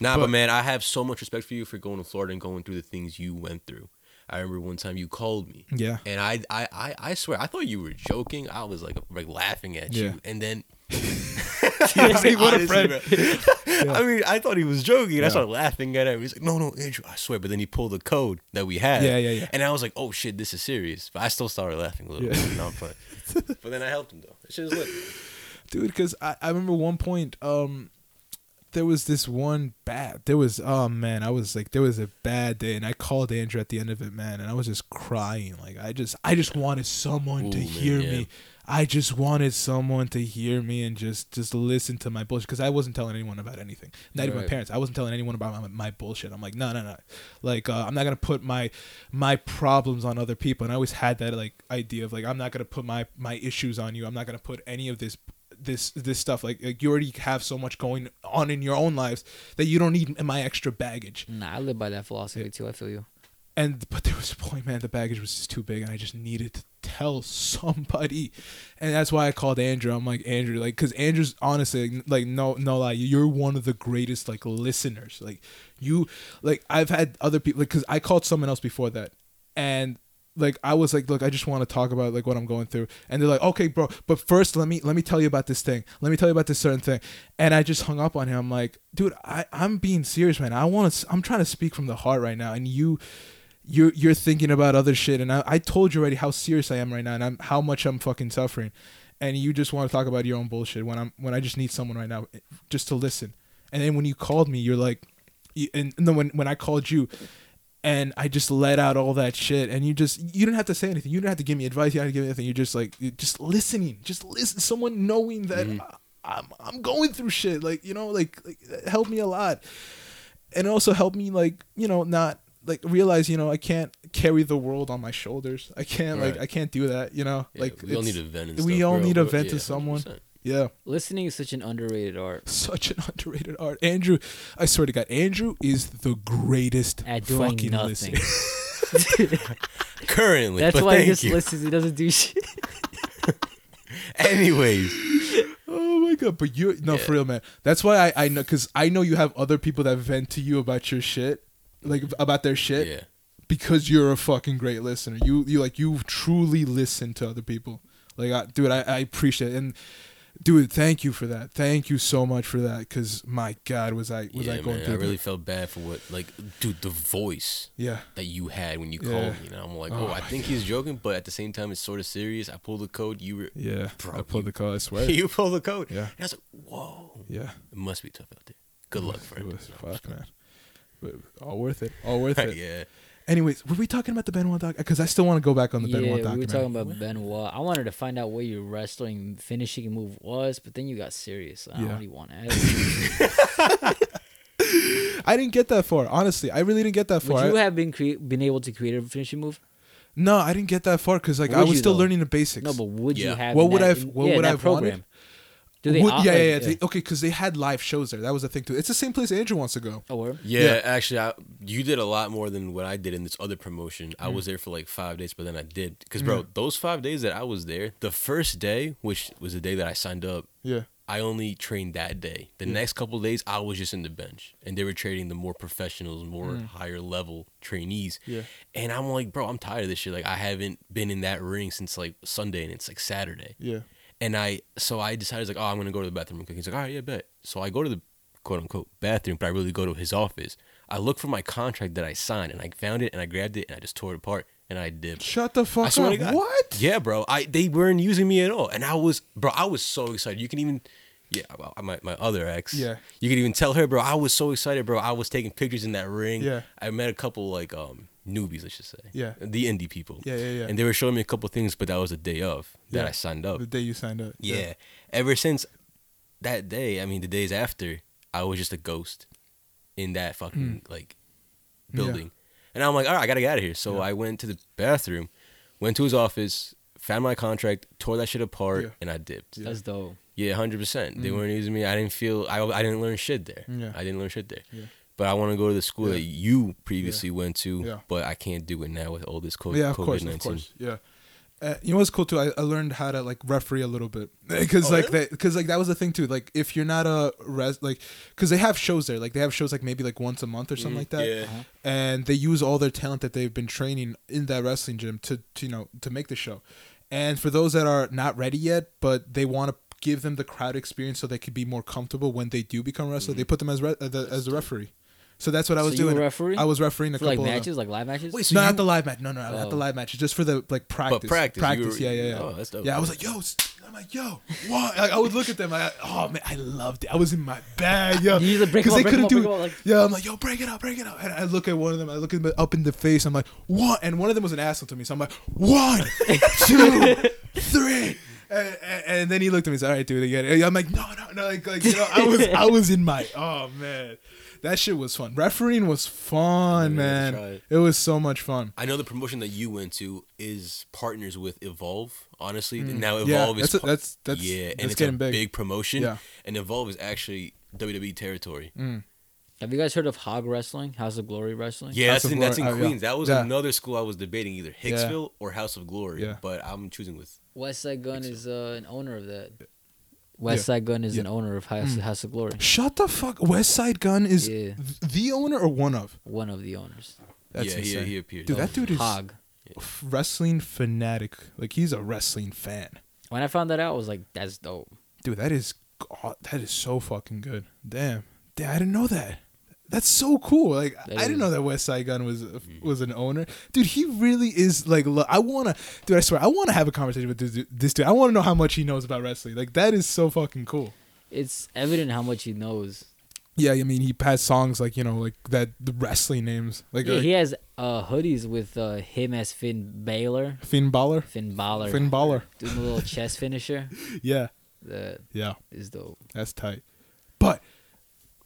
Nah, but, But- man, I have so much respect for you for going to Florida and going through the things you went through. I remember one time you called me. Yeah. And I I I, I swear I thought you were joking. I was like, like laughing at Yeah. you. And [laughs] then I mean, what a Honestly, friend. bro. I mean, I thought he was joking. and I started laughing at him. He's like, "No, no, Andrew, I swear." But then he pulled the code that we had. Yeah, yeah, yeah. And I was like, "Oh shit, this is serious." But I still started laughing a little Yeah. bit. No, [laughs] I'm playing. but then I helped him though. It's just lit. dude because I, I remember one point um there was this one bad there was oh man i was like there was a bad day and i called andrew at the end of it man and i was just crying like i just i just wanted someone to Ooh, man, hear yeah. me i just wanted someone to hear me and just just listen to my bullshit because i wasn't telling anyone about anything not even my Right. parents i wasn't telling anyone about my, my bullshit i'm like no no no like uh, i'm not gonna put my my problems on other people and i always had that like idea of like i'm not gonna put my my issues on you i'm not gonna put any of this this this stuff like, like you already have so much going on in your own lives that you don't need my extra baggage Nah, I live by that philosophy too. I feel you. and [laughs] but there was a point man the baggage was just too big and i just needed to tell somebody and that's why i called andrew i'm like andrew like because andrew's honestly like no no lie you're one of the greatest like listeners like you like i've had other people because i called someone else before that and like I was like, look, I just want to talk about like what I'm going through, and they're like, okay, bro, but first let me let me tell you about this thing. Let me tell you about this certain thing, and I just hung up on him. I'm like, dude, I I'm being serious, man. I want to. I'm trying to speak from the heart right now, and you, you're you're thinking about other shit and I, I told you already how serious I am right now and I'm how much I'm fucking suffering and you just want to talk about your own bullshit when I'm when I just need someone right now eh, just to listen and then when you called me you're like you- and, and then when when I called you and I just let out all that shit and you just you didn't have to say anything you didn't have to give me advice you didn't have to give me anything you're just like you're just listening just listen someone knowing that Mm-hmm. I, I'm I'm going through shit like you know like, like that helped me a lot and it also helped me like you know not like realize you know I can't carry the world on my shoulders. I can't like Right. I can't do that. You know Yeah, like we all it's- need a vent. And we stuff, all bro, need a but vent yeah, to someone. 100%. Yeah, Listening is such an [laughs] underrated art. such an underrated art. Andrew, I swear to God, Andrew is the greatest At doing fucking nothing. listener. Currently, That's but why he thank just you. listens. He doesn't [laughs] do shit. Anyways, oh my God, but you no for real man. That's why I I know because I know you have other people that vent to you about your shit, like about their shit. yeah, because you're a fucking great listener. You you like you truly listen to other people. Like I, dude, I, I appreciate it. and dude, thank you for that. Thank you so much for that. Cause my God, was I was yeah, I going man, I through? really that? felt bad for what, like, dude, the voice yeah, that you had when you Yeah. called me. And I'm like, Oh oh, my I think he's joking, but at the same time, it's sort of serious. I pulled the code. You were, [laughs] yeah. Bro, I pulled you- the call. I swear. [laughs] you pulled the code. Yeah. And I was like, whoa, yeah. it must be tough out there. Good luck for It him. was fuck, man. But all worth it. All worth it. [laughs] yeah. Anyways, were we talking about the Benoit doc? Because I still want to go back on the yeah, Benoit we were documentary. talking about Benoit. I wanted to find out where your wrestling finishing move was, but then you got serious. I Yeah. don't really want to. I didn't get that far. Honestly, I really didn't get that [laughs] far. Would you I- have been crea- been able to create a finishing move? no, I didn't get that far because like Would I was you, still though? learning the basics. No, but would you Yeah. have? What in would that- I have- in- what yeah, would that I have wanted? program? Do they? Would- opt- yeah, yeah, yeah. like, They- okay, because they had live shows there. That was the thing too. It's the same place Andrew wants to go. Oh, word? Yeah, Yeah. actually, I, you did a lot more than what I did in this other promotion. I Mm. was there for like five days, but then I did because, bro, those five days that I was there, the first day, which was the day that I signed up, Yeah. I only trained that day. The next couple days, I was just in the bench, and they were trading the more professionals, more higher level trainees. Yeah. and I'm like, bro, I'm tired of this shit. Like, I haven't been in that ring since like Sunday, and it's like Saturday. Yeah. And I, so I decided, like, oh, I'm going to go to the bathroom real quick. He's like, all right, yeah, bet. So I go to the quote unquote bathroom, but I really go to his office. I look for my contract that I signed and I found it and I grabbed it and I just tore it apart and I dipped. Shut the I fuck swear up. to God. What? Yeah, bro. I They weren't using me at all. And I was, bro, I was so excited. You can even, yeah, well, my, my other ex. Yeah. You can even tell her, bro, I was so excited, bro. I was taking pictures in that ring. Yeah. I met a couple, like, um, newbies, I should say. Yeah. The indie people. Yeah, yeah, yeah. And they were showing me a couple things, but that was the day of that Yeah. I signed up. The day you signed up. Yeah. Ever since that day, I mean, the days after, I was just a ghost in that fucking Hmm. like building. And I'm like, all right, I gotta get out of here. So I went to the bathroom, went to his office, found my contract, tore that shit apart, Yeah. Hmm. and I dipped. That's dope. Yeah, hundred percent. They weren't using me. I didn't feel. I, I didn't learn shit there. Yeah. I didn't learn shit there. Yeah. But I want to go to the school Yeah. that you previously went to. Yeah. But I can't do it now with all this Yeah, COVID. of course, COVID-19. of course. Yeah. Uh, you know what's cool too? I, I learned how to like referee a little bit [laughs] because Oh, like really? that because like that was the thing too. Like if you're not a res like because they have shows there, like they have shows like maybe like once a month or Mm, something like that. yeah. Uh-huh. And they use all their talent that they've been training in that wrestling gym to, to you know to make the show. And for those that are not ready yet, but they want to give them the crowd experience so they could be more comfortable when they do become wrestler, they put them as re- uh, the, as a referee. So that's what I Mm-hmm. So was you were doing. refereeing? I was refereeing a For like couple of matches, like live matches. Wait, so no, you- not the live match. No, no, not Oh. the live match. Just for the like practice. practice, you practice. were- yeah, yeah, yeah. Oh, that's dope. Yeah, I was like, yo, s- I'm like, yo, what? Like, I would look at them. Like, oh man, I loved it. I was in my bag, yo, You just break because 'em they up, break 'em couldn't up, do. break 'em up, it. like- Yeah, I'm like, yo, break it up, break it up. And I look at one of them. I look at them up in the face. I'm like, what? And one of them was an asshole to me. So I'm like, [laughs] one, two, three. And, and, and then he looked at me. He's all right, dude, again. And I'm like, no, no, no. Like, like, you know, I was, I was in my. Oh man, that shit was fun. Refereeing was fun, Yeah, man. try it. It was so much fun. I know the promotion that you went to is partners with Evolve. Honestly, now Mm. Yeah, Evolve is that's a- par- that's- that's- yeah, and that's it's a getting big, big. promotion. Yeah. Mm. and Evolve is actually WWE territory. Have you guys heard of Hog Wrestling, House of Glory Wrestling? Yeah, House that's of in, that's in Glory, oh, yeah. Queens. That was Yeah. another school I was debating either Hicksville or House of Glory. Yeah. but I'm choosing with. Westside Gun is uh, an owner of that. Westside Gun is an owner of Mm. House, House of Glory. Shut the fuck. West Side Gun is Yeah. th- the owner or one of. One of the owners. That's yeah, he- insane. he, appeared. Dude, that dude is Hog. f- wrestling fanatic. Like he's a wrestling fan. When I found that out, I was like, "That's dope." Dude, that is go- that is so fucking good. Damn. Damn, I didn't know that. That's so cool. Like That I didn't is- Mm-hmm. know that West Side Gun was uh, was an owner, dude. He really is like. lo- I wanna, dude. I swear, I wanna have a conversation with this, dude- this dude. I wanna know how much he knows about wrestling. Like that is so fucking cool. It's evident how much he knows. Yeah, I mean, he has songs like you know, like that the wrestling names, like Yeah, uh, he has uh, hoodies with uh, him as Finn Balor. Finn Balor, Finn Balor. Finn Balor. Doing a little chest finisher. Yeah, That yeah, is dope. that's tight. But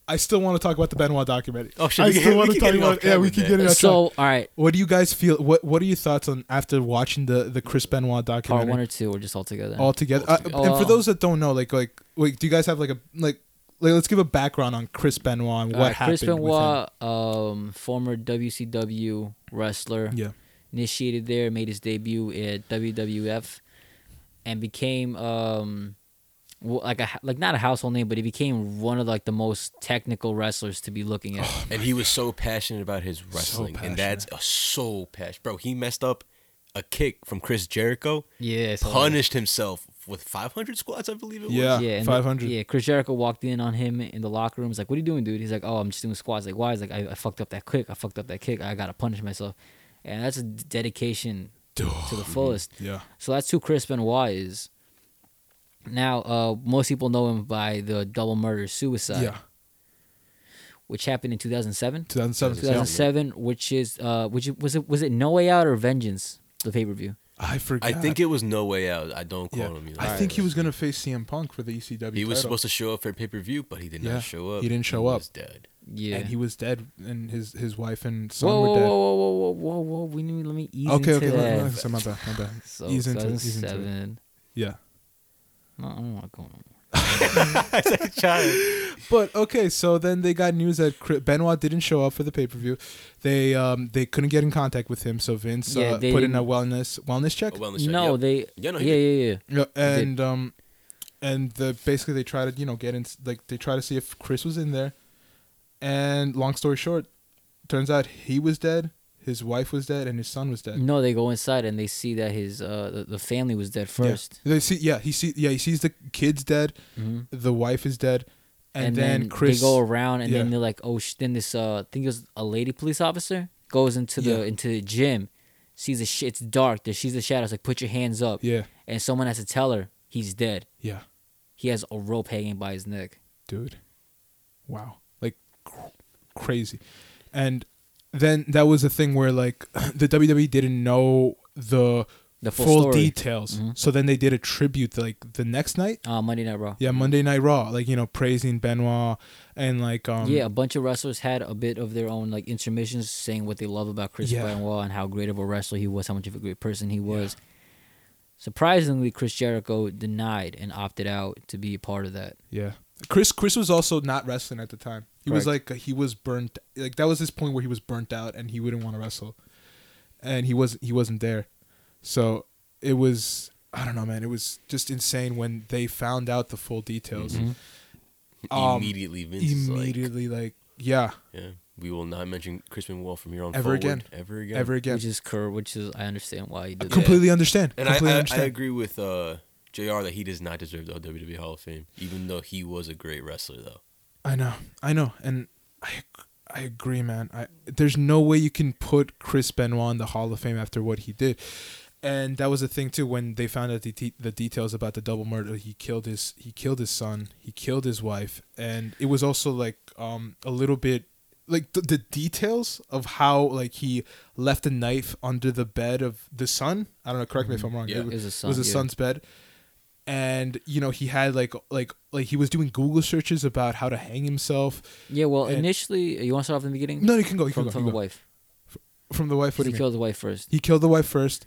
I still want to talk about the Benoit documentary. Oh, shit, I we can- still we want to can talk get it about. off Yeah, track we with can that. get it. off So, track. all right, What do you guys feel? What What are your thoughts on after watching the the Chris Benoit part one documentary or two, or just all together. all together? All Uh, together. and Oh, for wow. those that don't know, like like like, do you guys have like a like like let's give a background on Chris Benoit and All what right, happened? Uh, Chris Benoit, um, former WCW wrestler, With him. initiated there, made his debut at WWF, and became um, w- like a like not a household name, but he became one of like the most technical wrestlers to be looking at. Oh, And he was so passionate about his wrestling, and that's a so passionate, bro. He messed up a kick from Chris Jericho, yeah, so- punished himself with 500 squats, I believe it was. Yeah. and the- 500. Yeah, Chris Jericho walked in on him in the locker room. He's like, "What are you doing, dude?" He's like, "Oh, I'm just doing squats." Like, why? He's like, I, "I fucked up that kick. I fucked up that kick. I gotta punish myself." And that's a d- dedication Yeah, to the fullest. yeah, So that's who Chris Benoit is. Now, uh, most people know him by the double murder suicide, yeah. which happened in 2007. 2007. yeah. 2007, which is uh, which was it was it No Way Out or Vengeance, the pay per view? I forgot. I think it was No Way Out. I don't Yeah. quote him. I think he was gonna face CM Punk for the ECW. He was title. supposed to show up for pay per view, but he did Yeah, not show up. he didn't show up. was [laughs] dead. Yeah. and he was dead, and his his wife and son whoa, whoa, were dead. whoa, whoa, whoa, whoa, whoa! We need let me ease Okay, into okay, that. let- let- so my bad, my bad. [laughs] So ease into it, ease into it. 2007. Yeah, No, I don't want to go. on. but okay, so then they got news that Cri- Benoit didn't show up for the pay per view. They um they couldn't get in contact with him, so Vince Yeah, uh, they put in didn't- a wellness wellness check. A wellness check, No, yep. they. Yeah, no, he yeah, yeah, yeah. Yeah, and um, and the basically they try to you know get in like they try to see if Chris was in there, and long story short, turns out he was dead, his wife was dead, and his son was dead. No, they go inside and they see that his uh the, the family was dead first. Yeah. They see yeah he see yeah he sees the kids dead, hmm the wife is dead, and, then, Chris they go around and then yeah. they're like, oh, sh-. then this uh, I think it was a lady police officer goes into the Yeah. into the gym, sees a sh- it's dark. There she's the shadows. Like put your hands up, yeah and someone has to tell her he's dead. yeah He has a rope hanging by his neck. dude wow like cr- crazy and then that was the thing where like [clears throat] the wwe didn't know the, The full full, story. details Mhm. so then they did a tribute like the next night Uh, Monday Night Raw. yeah monday night raw like you know praising benoit and like um yeah, a bunch of wrestlers had a bit of their own like intermissions saying what they love about Chris Yeah. Benoit and how great of a wrestler he was, how much of a great person he was. Surprisingly, Chris Jericho denied and opted out to be a part of that. yeah chris chris was also not wrestling at the time he was like he was burnt like that was his point where he was burnt out and he wouldn't want to wrestle and he wasn't he wasn't there so it was i don't know man it was just insane when they found out the full details Mm-hmm. Um, immediately, Vince is like, immediately like, yeah yeah, we will not mention Chris Benoit from here on Ever forward, again. Ever again. ever again Which is cur which is I understand why he did that. completely understand And I, completely I, I understand agree with uh, JR that he does not deserve the WWE Hall of Fame, even though he was a great wrestler, though. I, know i know and i i agree man i there's no way you can put chris benoit in the hall of fame after what he did and that was the thing too when they found out the, de- the details about the double murder he killed his he killed his son he killed his wife and it was also like um a little bit like the, the details of how like he left a knife under the bed of the son i don't know correct me if i'm wrong Yeah. It It was a son, was his yeah. son's bed and you know he had like like like he was doing google searches about how to hang himself Yeah, well, And- initially uh, you want to start off in the beginning no you can go you from, can go, from you the go. wife. from the wife what do He you mean? killed the wife first. he killed the wife first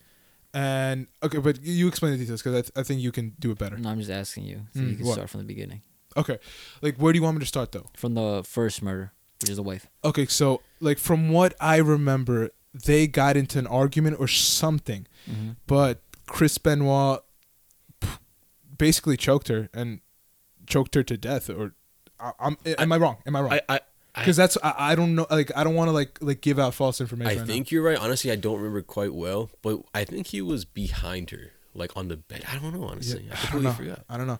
and okay but you explain the details because I, th- I think you can do it better No, I'm just asking you. So Mm, you can what? start from the beginning, okay like where do you want me to start though from the first murder, which is the wife. okay so like from what i remember they got into an argument or something Mhm. but chris benoit p- basically choked her and choked her to death or I, I'm, am i wrong am i wrong I, because that's I, I don't know like i don't want to like like give out false information I right now. think you're right. Honestly, I don't remember quite well, but I think he was behind her, like on the bed. I don't know, honestly. I I don't completely know. forgot. I don't know.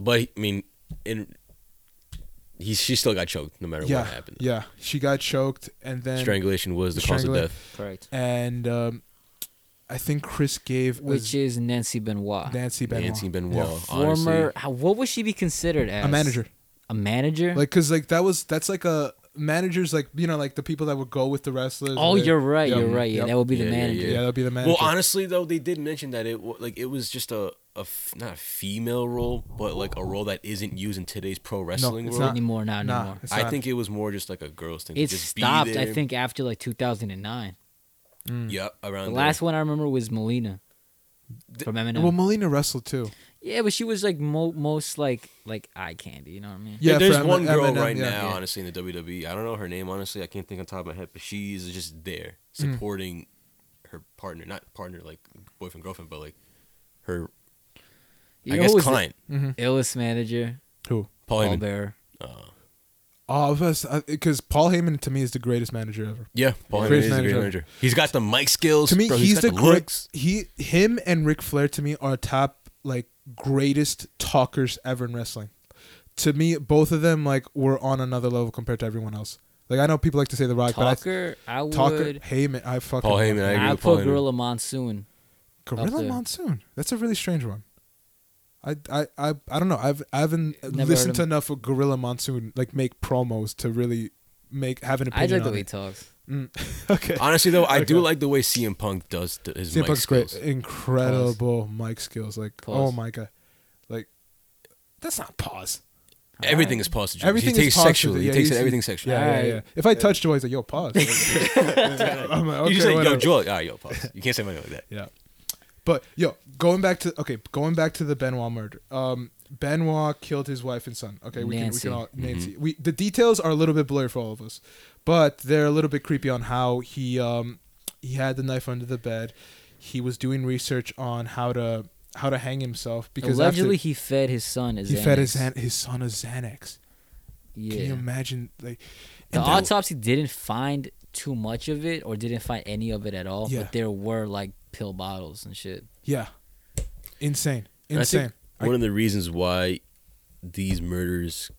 But I mean, in he she still got choked no matter yeah, what happened. yeah. She got choked, and then Strangulation was the Strangula- cause of death. Correct. and um, I think Chris gave Which a, is Nancy Benoit. Nancy Benoit, Nancy Benoit, Yeah. honestly, Former. How, what would she be considered as? a manager. A manager? Like, cause like that was that's like a managers like you know like the people that would go with the wrestlers. oh, They- you're right. Yep, You're right. Yeah, yep. that would be the Yeah, yeah, manager. yeah, that would be the manager. Well, honestly though, they did mention that it wa- like it was just a, a f- not a female role, but like a role that isn't used in today's pro wrestling it's world. not. Anymore, not Nah, anymore. it's I not. think it was more just like a girl's thing. to It just stopped, Be there. I think, after like 2009. Yep, around The there. last one I remember was Melina Th- from Eminem. Well, Molina wrestled too. yeah, but she was like mo- most like like eye candy. You know what I mean? Yeah, There- there's for Emin- one girl Eminem, right yeah. now, Yeah. honestly, in the WWE. I don't know her name, honestly. I can't think on top of my head, but she's just there Mm. supporting her partner, not partner like boyfriend girlfriend, but like her. You I know guess Oh, who was client, The illest manager, Mm-hmm. Who? Oh, Paul Paul Heyman. Bearer. All of us, because Paul Heyman to me is the greatest manager ever. yeah, Paul Heyman Greatest is a great manager. manager. He's got the mic skills. To me, bro, he's, got the, the great- looks. He, him, and Ric Flair to me are top like greatest talkers ever in wrestling. To me, both of them like were on another level compared to everyone else. Like I know people like to say The Rock, Talker, I but I, would. Talker Heyman, I fucking Paul Heyman, I agree I with Paul put Heyman. Gorilla Monsoon. up Gorilla there. Monsoon. That's a really strange one. I I I, I don't know. I've I haven't Never listened heard to of enough of Gorilla Monsoon like make promos to really make have an I opinion. like the on way he it. Mm. talks. [laughs] Okay. Honestly, though, I do Okay. like the way CM Punk does th- his CM mic Punk's skills. great. Incredible mic skills. Like, oh Pause. my god, like that's not pause. Everything is positive. Everything he is takes pause sexually. to the- He yeah, takes he's- everything sexually. Yeah, yeah, yeah. Alright. If I touch Joy, he's like, yo, pause. [laughs] I'm like, you okay, just like, yo, whatever. Joel. All right, yo, pause. You can't say my name like that. Yeah. But yo, going back to okay, going back to the Benoit murder. Um, Benoit killed his wife and son. Okay, we Nancy. can we can all Nancy. We the details are a little bit blurry for all of us, but they're a little bit creepy on how he um he had the knife under the bed. He was doing research on how to how to hang himself because Allegedly, after, he fed his son. His he fed his Xan- his son a Xanax. Yeah. Can you imagine like the and then- autopsy didn't find too much of it, or didn't find any of it at all. Yeah. But there were like pill bottles and shit. Yeah. Insane. And I think Insane. I- one of the reasons why these murders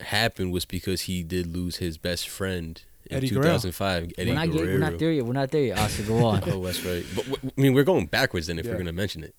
happened was because he did lose his best friend in Eddie Guerrero. 2005, Eddie we're not Guerrero. Get, we're not there yet. We're not there yet. Oscar, go on. Oh, that's right. But w- I mean, we're going backwards then if Yeah. Ah, we're going to mention it.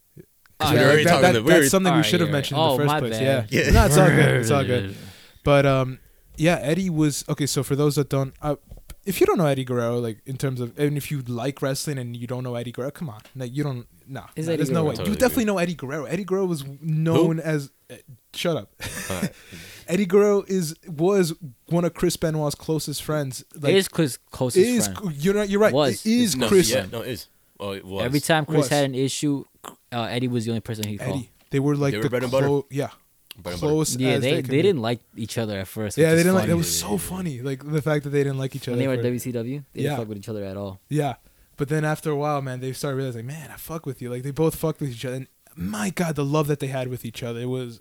All Yeah, We're like Ah, already that- talking that- about- that's we're already- something we Alright, should have yeah. mentioned Oh, in the first my place. bad. Yeah. Yeah. No, it's all good. It's all good. But um, yeah, Eddie was okay. So for those that don't, uh, if you don't know Eddie Guerrero, like in terms of, and if you like wrestling and you don't know Eddie Guerrero, come on, like you don't, nah, Is nah, Eddie there's no Guerrero- way. Totally you definitely know Eddie Guerrero. Eddie Guerrero was known as, eh, shut up. Alright. [laughs] Eddie Guerrero is was one of Chris Benoit's closest friends. [laughs] Like, it is Chris' closest is friend. you're not, you're right. Was. it is No, Chris Yeah, no, it is. Oh, it was. Every time Chris Was. had an issue, uh, Eddie was the only person he called. Eddie. They were like They were the bread and butter. clo- yeah, Bread and butter. close. Yeah, as they, they, could be. didn't like each other at first. Yeah, which they is didn't like. funny. That was so funny. Like the fact that they didn't like each other. when they were at for- WCW. They Yeah. didn't fuck with each other at all. Yeah, but then after a while, man, they started realizing, man, I fuck with you. Like they both fucked with each other. And my God, the love that they had with each other it was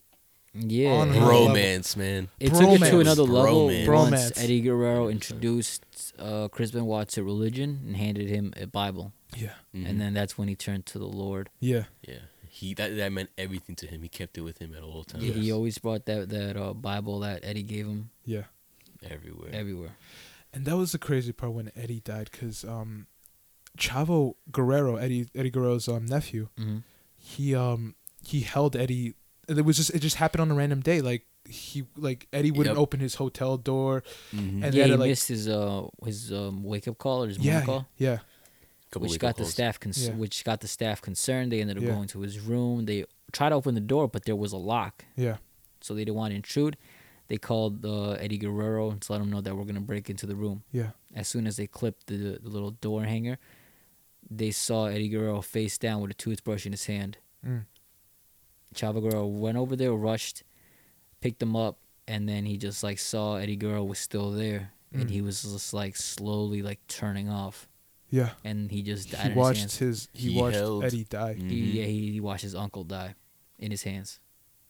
Yeah, On and off. Romance, man. It took it to Bromance. another level Bromance. once Bromance. Eddie Guerrero introduced uh, Chris Benoit to religion and handed him a Bible, yeah, and then that's when he turned to the Lord. yeah, Mm-hmm. Yeah. He that, that meant everything to him. He kept it with him at all times. Yeah, He always brought that that uh, Bible that Eddie gave him yeah. Everywhere. everywhere. And that was the crazy part when Eddie died, because um, Chavo Guerrero, Eddie Eddie Guerrero's um nephew, hmm he um he held Eddie. and It was just it just happened on a random day. Like he like Eddie wouldn't Yep. open his hotel door, Mhm. and yeah, then he like missed his uh his um, wake up call or his morning yeah call, yeah Couple which wake-up got the calls. staff cons- Yeah. which got the staff concerned. They ended up Yeah. going to his room. They tried to open the door, but there was a lock, yeah. so they didn't want to intrude. They called uh, Eddie Guerrero to let him know that we're gonna break into the room. Yeah. as soon as they clipped the, the little door hanger, they saw Eddie Guerrero face down with a toothbrush in his hand. Mm. Chavo Guerrero went over there, rushed, picked him up, and then he just like saw Eddie Guerrero was still there, and Mm. he was just like slowly like turning off, Yeah. and he just died He in his watched hands. his he, He watched held- Eddie die. Mhm. He, yeah, he, he watched his uncle die in his hands.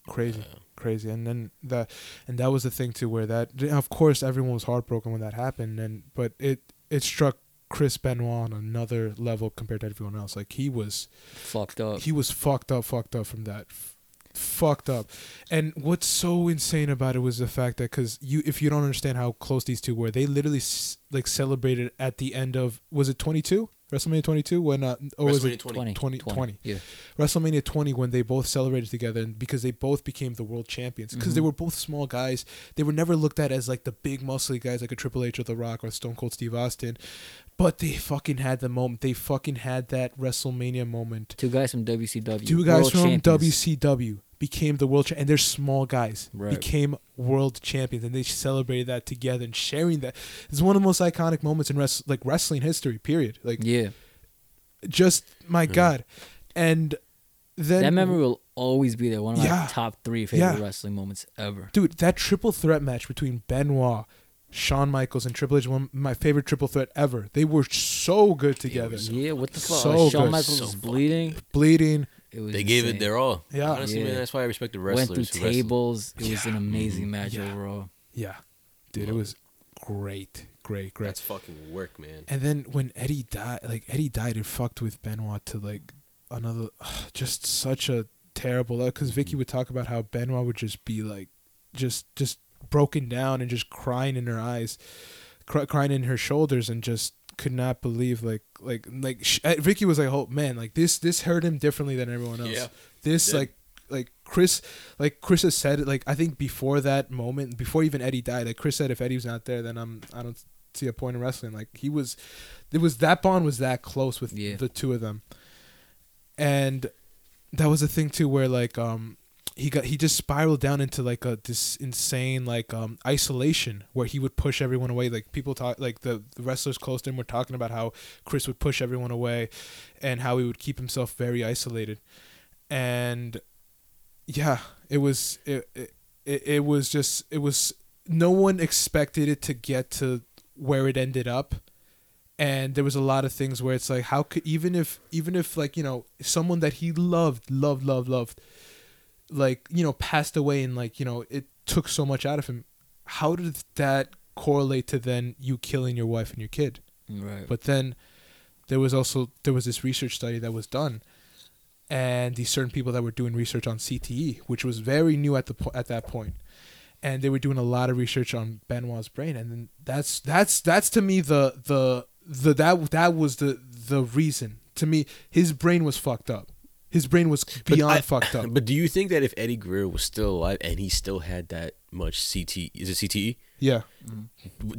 crazy Uh, crazy and then that and that was the thing too where that of course everyone was heartbroken when that happened and but it it struck chris benoit on another level compared to everyone else like he was Oh. Fucked up. he was fucked up fucked up from that f- fucked up. And what's so insane about it was the fact that because you, if you don't understand how close these two were, they literally s- like celebrated at the end of was it twenty two WrestleMania twenty two when uh, or was WrestleMania it 20. 20, 20, 20. Yeah. WrestleMania 20 when they both celebrated together and because they both became the world champions because Mm-hmm. they were both small guys. They were never looked at as like the big muscly guys like a Triple H or The Rock or Stone Cold Steve Austin, but they fucking had the moment. They fucking had that WrestleMania moment. Two guys from WCW. Two guys world from champions. WCW became the world cha- and they're small guys Right. became world champions and they celebrated that together and sharing that it's one of the most iconic moments in wrest- like wrestling history period like Yeah. just my god and then that memory will always be there. One of my Yeah. top three favorite Yeah. wrestling moments ever. dude, that triple threat match between Benoit, Shawn Michaels, and Triple H, one my favorite triple threat ever. They were so good together. Yeah, what the fuck? So Oh, Shawn good. Michaels So is fucking bleeding. Bleeding. It was They gave it insane. their all. Yeah. Honestly, Yeah. man, that's why I respect the Went wrestlers. through who wrestle. tables. It was an amazing match Mm-hmm. Yeah. overall. Yeah. Dude, it was great. Great, great. That's fucking work, man. and then when Eddie died, like Eddie died, it fucked with Benoit to like another, [sighs] just such a terrible. Because Mm-hmm. Vicky would talk about how Benoit would just be like, just just broken down and just crying in her eyes, cry, crying in her shoulders, and just could not believe like like like sh- uh, Vicky was like, oh man, like this this hurt him differently than everyone else. Yeah, this did. like like Chris like Chris has said it like I think before that moment before even Eddie died like Chris said if Eddie was not there then I'm I don't see a point in wrestling like he was it was that bond was that close with Yeah. the two of them and that was a thing too where like um he got he just spiraled down into like a this insane like um isolation where he would push everyone away like people talk like the, the wrestlers close to him were talking about how Chris would push everyone away and how he would keep himself very isolated and yeah it was it, it it it was just it was no one expected it to get to where it ended up and there was a lot of things where it's like how could even if even if like you know someone that he loved loved loved loved like you know passed away and like you know it took so much out of him how did that correlate to then you killing your wife and your kid Right. but then there was also there was this research study that was done, and these certain people that were doing research on CTE, which was very new at the po- at that point, and they were doing a lot of research on Benoit's brain, and then that's that's that's to me the the the that that was the the reason to me his brain was fucked up, his brain was beyond I- fucked up. [laughs] But do you think that if Eddie Guerrero was still alive and he still had that much CT, is it CTE? Yeah,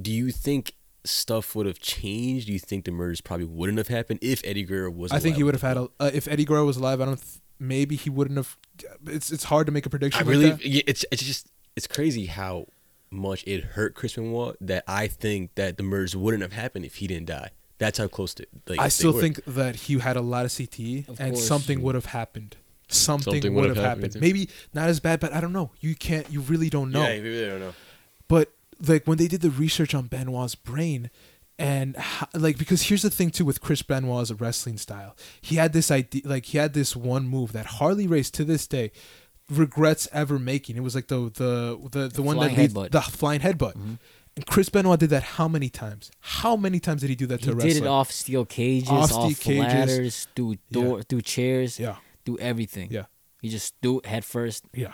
Do you think stuff would have changed? Do you think the murders probably wouldn't have happened if Eddie Guerrero was? I think alive? he would have had a uh, if Eddie Guerrero was alive. I don't th- maybe he wouldn't have. It's it's hard to make a prediction. I like really, that. yeah, it's it's just it's crazy how much it hurt Chris Benoit that I think that the murders wouldn't have happened if he didn't die. That's how close to. Like, I they still were. think that he had a lot of CTE Of and course. something would have happened. Something, Something would have happened. Maybe not as bad, but I don't know. You can't. You really don't know. Yeah, maybe they don't know. But like when they did the research on Benoit's brain, and ho- like because here's the thing too with Chris Benoit's wrestling style, he had this idea, like he had this one move that Harley Race to this day regrets ever making. It was like the the the, the one that flying leads, headbutt. the flying headbutt. And Chris Benoit did that how many times? How many times did he do that he to a did it wrestler? off steel cages, Off off, steel cages. ladders, through Yeah. door, through chairs, Yeah. through everything. Yeah. He just threw it head first Yeah.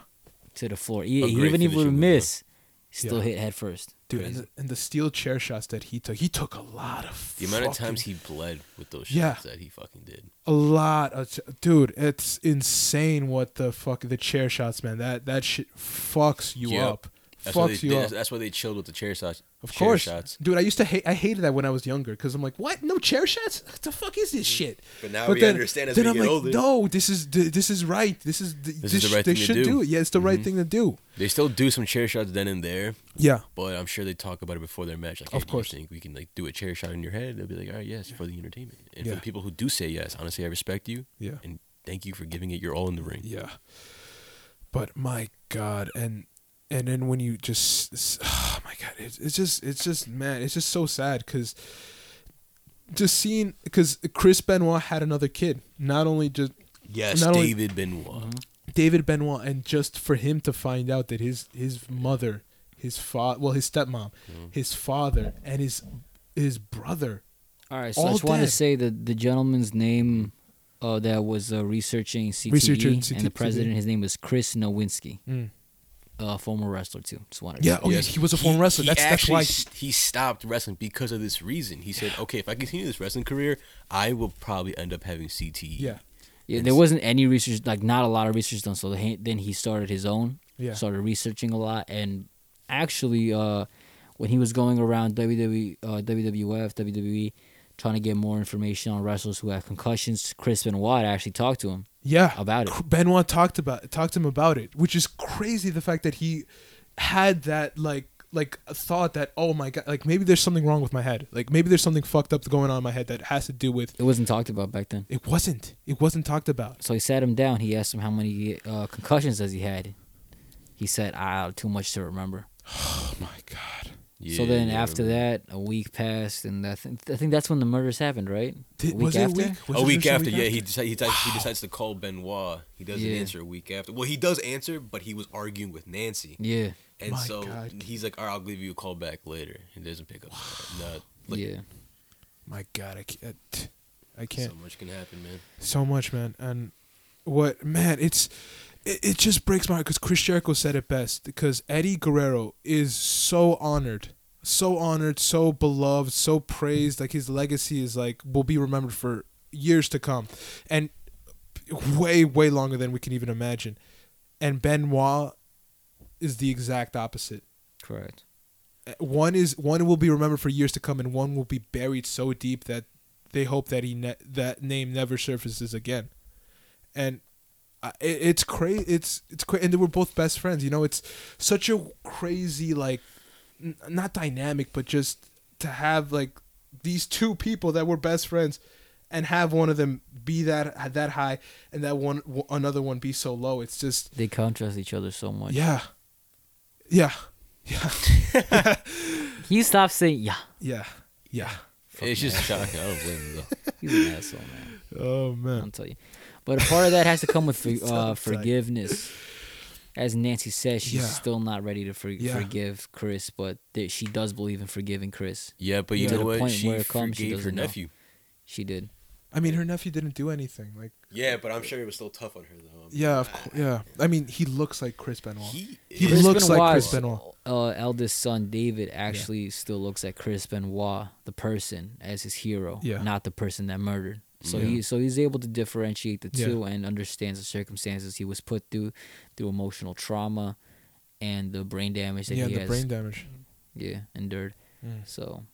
to the floor. He, A he great even if he finishing would move, miss, still Yeah. hit head first. dude. And the, and the steel chair shots that he took, he took a lot of The amount of fucking- times he bled with those shots Yeah. that he fucking did. a lot of ch- dude. It's insane what the fuck the chair shots, man. That that shit fucks you Yep. up, That's why they, fucks you that's, up. that's why they chilled with the chair shots. Of chair course, shots. dude. I used to hate. I hated that when I was younger because I'm like, what? No chair shots? What the fuck is this shit? Mm. But now we understand as then we I'm get like, older. no, this is th- this is right. This is th- is this, the right they thing to should do. Mm-hmm. it. Yeah, it's the right thing to do. They still do some chair shots then and there, Yeah, but I'm sure they talk about it before their match. Like, Of hey, do you course. think we can like do a chair shot in your head. They'll be like, all right, yes, for the entertainment. And for Yeah. the people who do say yes, honestly, I respect you. Yeah. And thank you for giving it your all in the ring. Yeah. But my God, and and then when you just, s- [sighs] oh my God, it's it's just it's just man, it's just so sad because just seeing because Chris Benoit had another kid, not only just Yes, Not only- Mm-hmm. David Benoit. Mm-hmm. David Benoit, and just for him to find out that his his mother, his father, well, his stepmom, his father, and his his brother. All right, so All I just want dead. to say that the gentleman's name uh, that was uh, researching CTE, Researching and CTE. the president, his name was Chris Nowinski, Mm. a former wrestler too. Just wanted to Yeah, oh, yeah, Yes. he was a former wrestler. he That's that's actually why. s- he stopped wrestling because of this reason. He said, "Okay, if I continue this wrestling career, I will probably end up having E." CTE." Yeah, Yeah, there wasn't any research, like not a lot of research done. So he- then he started his own. Yeah. Started researching a lot, and actually, uh, when he was going around WWE, uh, WWF, WWE, E, trying to get more information on wrestlers who have concussions, Chris Benoit actually talked to him. yeah. about it. C- Benoit talked about talked to him about it, which is crazy. The fact that he had that like like thought that oh my god, like maybe there's something wrong with my head. Like maybe there's something fucked up going on in my head that has to do with. It wasn't talked about back then. It wasn't. It wasn't talked about. So he sat him down. He asked him how many uh, concussions does he had. He said, "Ah, too much to remember." Oh my god. Yeah, so then yeah. after that, a week passed, and I, th- I think that's when the murders happened, right? Did, a week was after. it a week? Was a it week just after, yeah, he decides, he, decides, he decides to call Benoit. He doesn't Yeah. answer a week after. Well, he does answer, but he was arguing with Nancy, Yeah, and My so God. he's like, "All right, I'll give you a call back later." He doesn't pick up. [sighs] No, like, yeah. My god, I can't. I can't. So much can happen, man. so much man and what man it's it, it just breaks my heart because chris jericho said it best because eddie guerrero is so honored so honored so beloved so praised like his legacy is like will be remembered for years to come and way way longer than we can even imagine and benoit is the exact opposite Correct. one is one will be remembered for years to come, and one will be buried so deep that they hope that he ne- that name never surfaces again. And uh, I, it, it's crazy. It's it's cra- and they were both best friends. You know, it's such a crazy like n- not dynamic, but just to have like these two people that were best friends and have one of them be that that high and that one w- another one be so low. It's just They contrast each other so much. yeah, yeah, yeah, He stopped saying "yeah." yeah, yeah. it's just [laughs] shocking. I don't blame him though. He's an asshole, [laughs] man. Oh man. I'll tell you. But a part of that has to [laughs] come with for, Sounds uh, like- forgiveness. As Nancy says, she's Yeah. still not ready to for- Yeah. forgive Chris, but that she does believe in forgiving Chris. Yeah, but you Yeah. know To the what? point She where it comes, she forgave her doesn't know. nephew. She did. I mean, her nephew didn't do anything. Like, Yeah, but I'm sure it was still tough on her though. yeah, of course, yeah. I mean, he looks like Chris Benoit. He He is- looks like Chris Benoit's, Benoit. Uh, eldest son David actually still looks at Chris Benoit, the person, as his hero, Yeah. not the person that murdered. So he so he's able to differentiate the Yeah. two and understands the circumstances he was put through, through emotional trauma, and the brain damage that yeah, he Mm. the has brain damage. yeah endured. So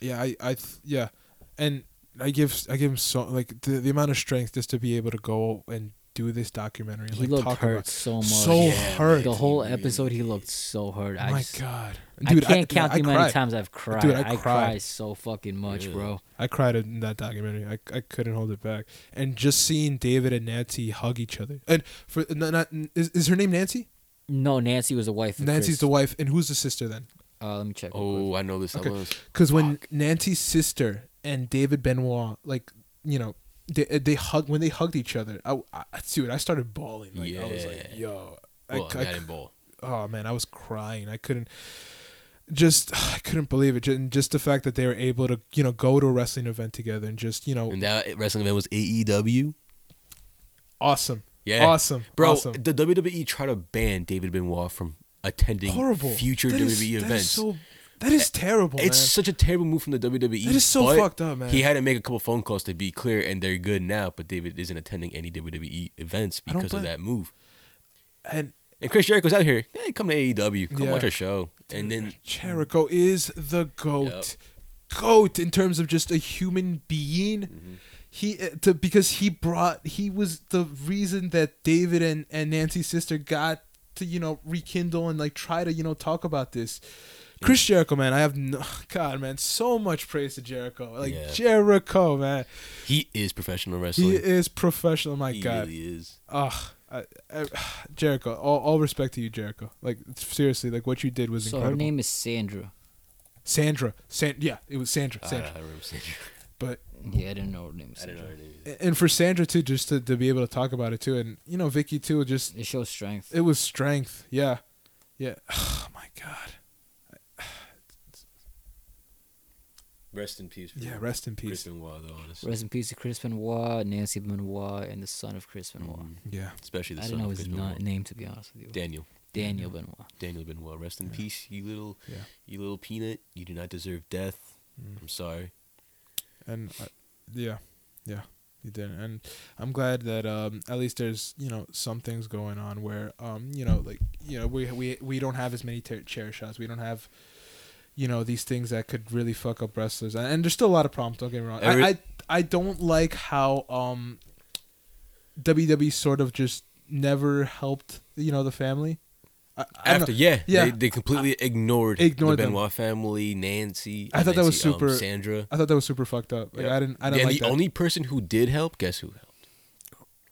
Yeah, I, I, th- yeah, and I give, I give him so like the, the amount of strength just to be able to go and do this documentary. he like, looked talk hurt about- so much. so Yeah, hurt. The whole He really- episode, he looked so hurt. I, My just- God, I can't count yeah, the I amount of cried. times I've cried. I I, cried. cry so fucking much, Yeah. bro. I cried in that documentary. I, I couldn't hold it back. And just seeing David and Nancy hug each other. And for not, not is, is her name Nancy? No, Nancy was the wife. Of Nancy's Chris. the wife, and who's the sister then? Uh, let me check. real quick. Oh, I know this. Okay. I was. Because when Nancy's sister and David Benoit, like you know, they uh, they hug when they hugged each other. I, I dude, I started bawling. Like I was like, Yeah. yo, I, Well, I- not in ball. oh man, I was crying. I couldn't just [sighs] I couldn't believe it. And just the fact that they were able to you know go to a wrestling event together and just you know And that wrestling event was E AEW. awesome, Yeah. awesome, Bro, awesome. the WWE tried to ban David Benoit from attending horrible future That WWE is- events. Eh, That is so that is terrible. it's man. such a terrible move from the WWE. That is so but fucked up, man. He had to make a couple phone calls to be clear, and they're good now. But David isn't attending any WWE events I don't because of blame- that move. and And Chris Jericho's out here. Hey, come to AEW. Come Yeah. watch our show. And then Jericho is the goat. Goat in terms of just a human being. Mm-hmm. He uh, to, because he brought he was the reason that David and and Nancy's sister got to you know rekindle and like try to you know talk about this. Chris Jericho, man, I have no [sighs] God, man, so much praise to Jericho. Like Yeah. Jericho, man, he is professional wrestling. he is professional. My He God, really is. ugh, I, I, [sighs] Jericho, all, all respect to you, Jericho. Like seriously, like what you did was so incredible. her name is Sandra. Sandra. San- yeah, it was Sandra. I- Sandra. I remember Sandra. But Yeah, I didn't know her name. Was I Sandra. don't know her name. either. and for Sandra too, just to, to be able to talk about it too, and you know Vicky too, just It shows strength. it was strength. Yeah, [sighs] yeah. Oh my god. Rest in peace. Yeah, rest in peace. Crispin Waldo, honestly. Rest in peace to Chris Benoit, Nancy Benoit, and the son of Chris Benoit. Yeah. Mm. Especially Mm-hmm. the I son don't know of his Crispin na- Waldo. name to be honest with you. Daniel. Daniel Benoit. Daniel Benoit. Rest in peace, you little, Yeah. you little peanut. You do not deserve death. Mm. I'm sorry. and uh, yeah, yeah, he did. And I'm glad that um, at least there's you know some things going on where um, you know like you know we we we don't have as many ter- chair shots. We don't have you know these things that could really fuck up wrestlers. And, and there's still a lot of problems. Don't get me wrong. Every- I, I I don't like how um, WWE sort of just never helped you know the family. I, I don't know. After yeah, Yeah. they, they completely ignored, Ignored the them. Benoit family, Nancy. I thought that was Nancy, um, super- Sandra. I thought that was super fucked up. Like Yeah. I didn't I and didn't like the that. only person who did help, guess who helped?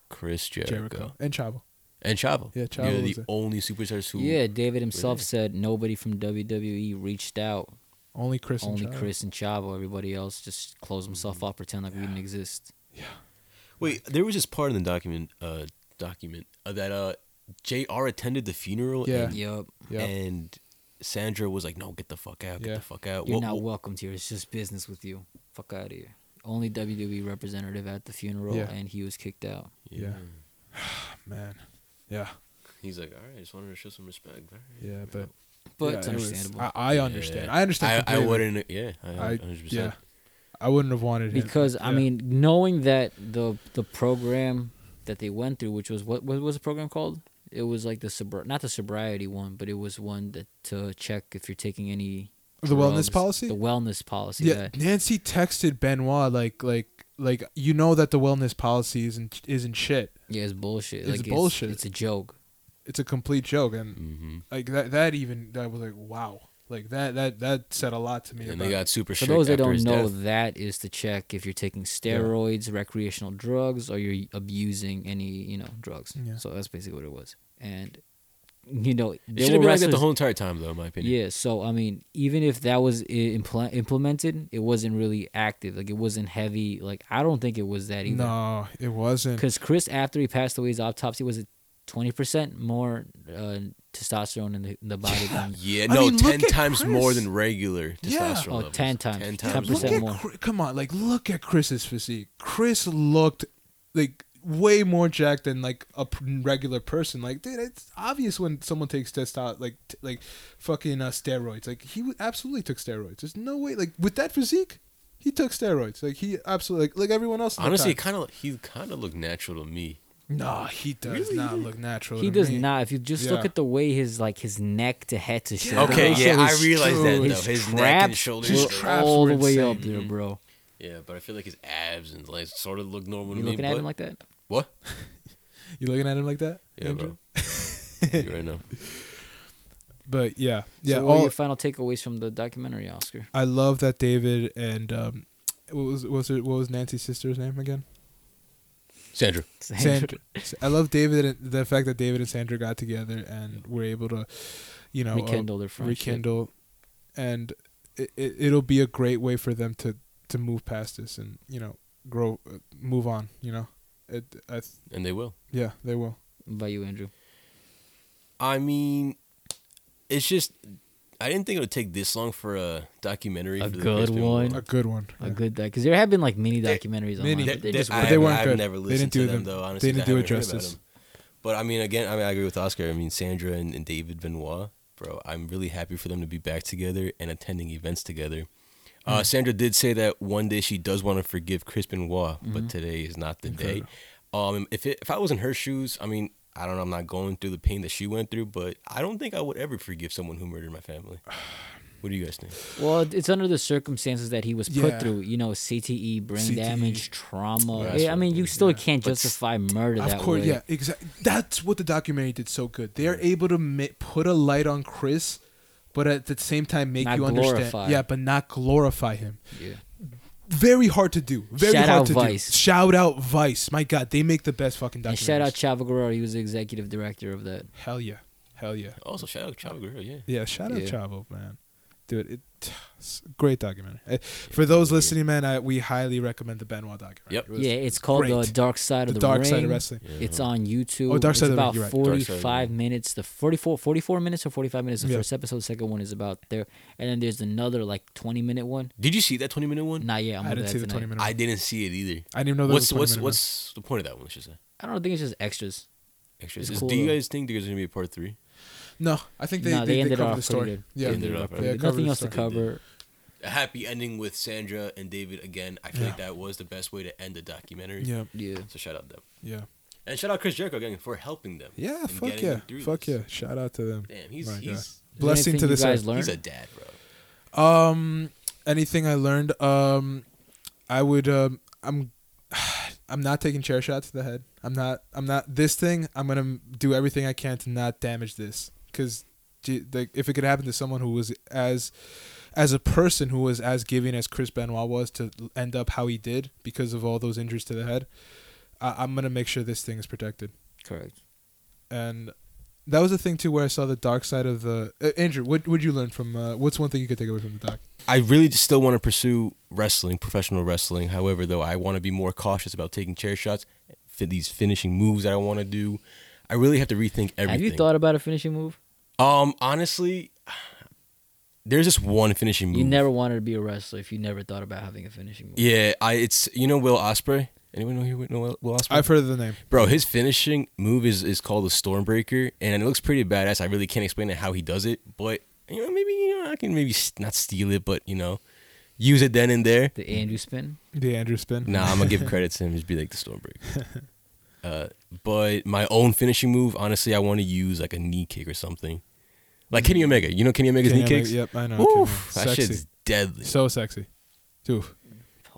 Chris Jericho, Jericho and Chavo. and Chavo. Yeah, Chavo They're was the there. only superstars who. Yeah, David himself Yeah. said nobody from WWE reached out. Only Chris. Only and Chavo. Chris and Chavo. Everybody else just closed himself off, pretend like we didn't exist. Wait, there was this part in the document, uh, document uh, that uh, Jr. attended the funeral. Yeah. And, Yup. Yeah. and Sandra was like, "No, get the fuck out, get Yeah. the fuck out." You're What- not what- welcomed here. It's just business with you. Fuck out of here. Only WWE representative at the funeral, Yeah. and he was kicked out. Yeah. Man. Yeah. He's like, "All right, I just wanted to show some respect." All right." Yeah, but But yeah, it's it was- understandable. I, I understand. Yeah. I understand. I, I completely. wouldn't. Yeah, I, I 100%. yeah. I wouldn't have wanted him. because I Yeah. mean, knowing that the the program that they went through, which was what what was the program called? It was like the sobri- not the sobriety one, but it was one that to check if you're taking any the wellness drugs. policy. The wellness policy. yeah, that- Nancy texted Benoit like like like you know that the wellness policy isn't isn't shit. yeah, it's bullshit. It's like, bullshit. It's, a joke. It's a complete joke, and Mm-hmm. like that that even that was like wow, like that that that said a lot to me. And about, they got super For strict those that after don't his know, death. that is to check if you're taking steroids, recreational drugs, or you're abusing any you know drugs. Yeah. So that's basically what it was. And you know, It there should have were been like that the wrestlers- whole entire time, though. In my opinion. Yeah, so I mean, even if that was i- impl- implemented, it wasn't really active. Like it wasn't heavy. Like I don't think it was that either. no, it wasn't. Because Chris, after he passed away, his autopsy was it twenty percent more uh, testosterone in the, in the [laughs] body than Yeah, I no, mean, look ten at times more Chris. than regular testosterone Yeah. levels. Oh, 10 times. Ten 10% times. look more. at more. Chri- come on, like look at Chris's physique. Chris looked like way more jacked than like a p- regular person. Like, dude, it's obvious when someone takes testosterone, like t- like fucking uh, steroids. Like he w- absolutely took steroids. There's no way, like with that physique, he took steroids. Like he absolutely like, like everyone else. in the Honestly, it time. kind of he kind of looked natural to me. nah, he does not look natural. he to does me. not. If you just Yeah. look at the way his like his neck to head to shoulder. Okay, ratio, yeah, I his realized that, traps- though. His neck and shoulders. were His traps all were the way insane. up there, bro. Yeah, but I feel like his abs and legs sort of look normal You to me. looking at but- him like that? what? You looking at him like that? Yeah, Andrew? bro. [laughs] You right now. But yeah, yeah. So what are all, your final takeaways from the documentary, Oscar? [laughs] I love that David and um, what was what was her, what was Nancy's sister's name again? Sandra. Sandra. I love David and the fact that David and Sandra got together and were able to, you know, uh, Rekindle their friendship. rekindle, and it, it it'll be a great way for them to to move past this and you know grow, uh, move on. You know, it, I, th- And they will. yeah, they will. What about you, Andrew? I mean, it's just I didn't think it would take this long for a documentary. A for the good Crispin Waldo. one. A good one. A yeah. good doc because there have been like many documentaries many- online. They, but they- they're just but I whatever. they have- weren't I've good. never They listened didn't do to them, them- though. they Honestly, didn't I do it haven't heard about justice. them. But I mean, again, I mean, I agree with Oscar. I mean, Sandra and, and David Benoit, bro. I'm really happy for them to be back together and attending events together. Mm. Uh, Sandra did say that one day she does want to forgive Chris Benoit, but today is not the Mm-hmm. Incredible. day. Um, if it, if I was in her shoes, I mean, I don't know. I'm not going through the pain that she went through, but I don't think I would ever forgive someone who murdered [sighs] my family. What do you guys think? Well, it- it's under the circumstances that he was Yeah. E. put through. You know, CTE, brain CTE. damage, trauma. That's Yeah, I what mean, it you is, still yeah. can't But s- justify murder Of that course, way. yeah, exactly. That's what the documentary did so good. They're able to ma- put a light on Chris, but at the same time make Not you glorify. understand. Yeah, but not glorify him. Yeah. Very hard to do. Very Shout hard out to Vice. do. Shout out Vice. My God, they make the best fucking documentaries. And shout out Chavo Guerrero. He was the executive director of that. Hell yeah, hell yeah, Also, shout out Chavo Guerrero, yeah. yeah. Shout out Yeah. Chavo, man. dude, it, [sighs] it's a great documentary. Uh, For those listening, man, I, we highly recommend the Benoit documentary. Yep. It was Yeah, it's called great. the Dark Side the, of the Dark Ring. Side of Wrestling. It's on YouTube. Oh, Dark Side of the it's Ring, about you're right. Dark Side of the 45 minutes. The 44, 44 minutes or 45 minutes is the Yeah. first episode. The second one is about there. And then there's another like 20 minute one. Did you see that 20 minute one? Not yet. I'm I going to didn't see the twenty tonight. minute. I I, didn't see it either. I didn't even know there was What's a 20 what's minute one. what's the point of that one? Let's just say. I don't think it's just extras. Extras. It's Is- cool, do you though. guys think there's gonna be a part three? No, I think they No, they, they they ended it covered off the story. pretty good. Yeah, They ended it off yeah, pretty covered good. the Nothing else to story. cover. A happy ending with Sandra and David again. I feel like that was the best way to end the documentary. Yeah, Yeah. So shout out them yeah, and shout out Chris Jericho again for helping them. yeah. and Fuck getting yeah, them through fuck this. yeah. Shout out to them. Damn, he's My God. he's Blessing anything to you this guys earth. learned? he's a dad, bro. Um, anything I learned? Um, I would. Um, I'm. [sighs] I'm not taking chair shots to the head. I'm not. I'm not. This thing. I'm gonna do everything I can to not damage this. Cause, gee, like, if it could happen to someone who was as, as a person who was as giving as Chris Benoit was to end up how he did because of all those injuries to the head, I, I'm gonna make sure this thing is protected. Correct. And that was the thing too, where I saw the dark side of the uh, Andrew. What would you learn from? Uh, what's one thing you could take away from the doc? I really just still want to pursue wrestling, professional wrestling. However, though, I want to be more cautious about taking chair shots, fit these finishing moves that I want to do. I really have to rethink everything. Have you thought about a finishing move? Um, honestly, there's just one finishing move. You never wanted to be a wrestler if you never thought about having a finishing move. Yeah, I. It's you know Will Osprey. Anyone know here know Will, Will Osprey? I've heard of the name. Bro, his finishing move is, is called a Stormbreaker, and it looks pretty badass. I really can't explain it how he does it, but you know maybe you know I can maybe s- not steal it, but you know use it then and there. The Andrew spin. The Andrew spin. Nah, I'm gonna give credit to him. Just be like [laughs] the Stormbreaker. Uh, but my own finishing move, honestly, I want to use like a knee kick or something, like Kenny Omega. You know Kenny Omega's Mm-hmm. Kenny knee Omega- Yep, kicks. I know. Kenny Oof, Omega. that shit's Sexy. deadly. So sexy. Dude.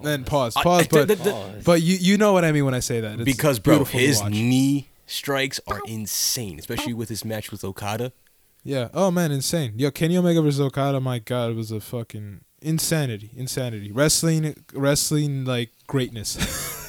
Then pause, I- pause, I- but the- the- Pause. but you you know what I mean when I say that. It's because bro, beautiful to his watch. knee strikes are insane, especially with his match with Okada. Yeah. Oh man, insane. Yo, Kenny Omega versus Okada. My God, it was a fucking insanity, insanity. Wrestling, wrestling like greatness.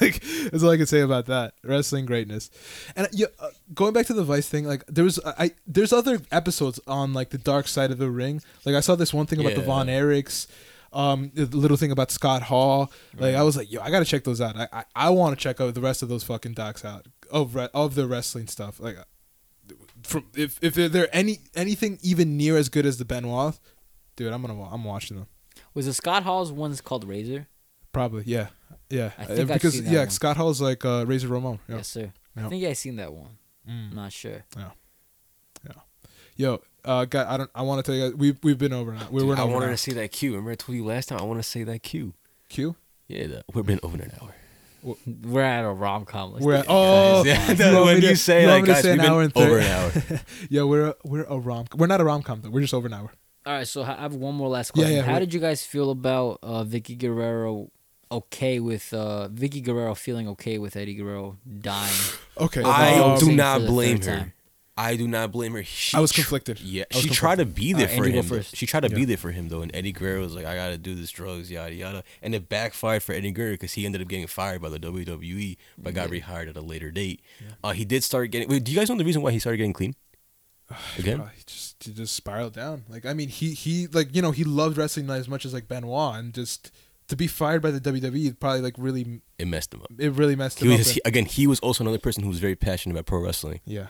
[laughs] like that's all I can say about that. Wrestling greatness. And yeah, uh, going back to the Vice thing, like there was uh, I there's other episodes on like the dark side of the ring. Like I saw this one thing about the Yeah. Von Erichs. Um, the little thing about Scott Hall, like I was like, yo, I gotta check those out. I I, I want to check out the rest of those fucking docs out of re- of the wrestling stuff. Like from if if there- there any anything even near as good as the Benoit, dude, I'm gonna wa- I'm watching them Was the Scott Hall's one's called Razor? probably. Yeah, yeah, Uh, I think I've because seen that yeah, one. Scott Hall's like uh, Razor Ramon. Yeah. Yes, sir. Yeah. I think I seen that one. Mm. I'm not sure. Yo, uh, guy, I don't. I want to tell you guys. We we've been over now. We Dude, were I over wanted now. to say that cue. Remember I told you last time I want to say that cue. Q. Yeah, that, we've been over an hour. We're at a rom com. We're at, oh [laughs] [laughs] Yeah, you want when me to- you say you want me like to guys, say we've an hour and been thirty? over an hour. [laughs] yeah, we're we're a rom. We're not a rom com though. We're just over an hour. All right, so I have one more last Yeah, question. yeah, How we- did you guys feel about uh, Vicky Guerrero? Okay with uh, Vicky Guerrero feeling okay with Eddie Guerrero dying. Okay. I Overall, do same not for the blame third her. time. I do not blame her. She I was tr- conflicted. yeah, I was she tried to be there Uh, for Andrew, go him. though. first. She tried to Yeah. be there for him though, and Eddie Guerrero was like, "I gotta do this drugs, yada yada," and it backfired for Eddie Guerrero because he ended up getting fired by the WWE, but got rehired at a later date. Uh, he did start getting. Wait, do you guys know the reason why he started [sighs] getting clean? Again, Probably just he just spiraled down. Like I mean, he he like you know he loved wrestling as much as like Benoit, and just to be fired by the WWE probably like really it messed him up. it really messed He him up. was, and- he- again, he was also another person who was very passionate about pro wrestling. Yeah.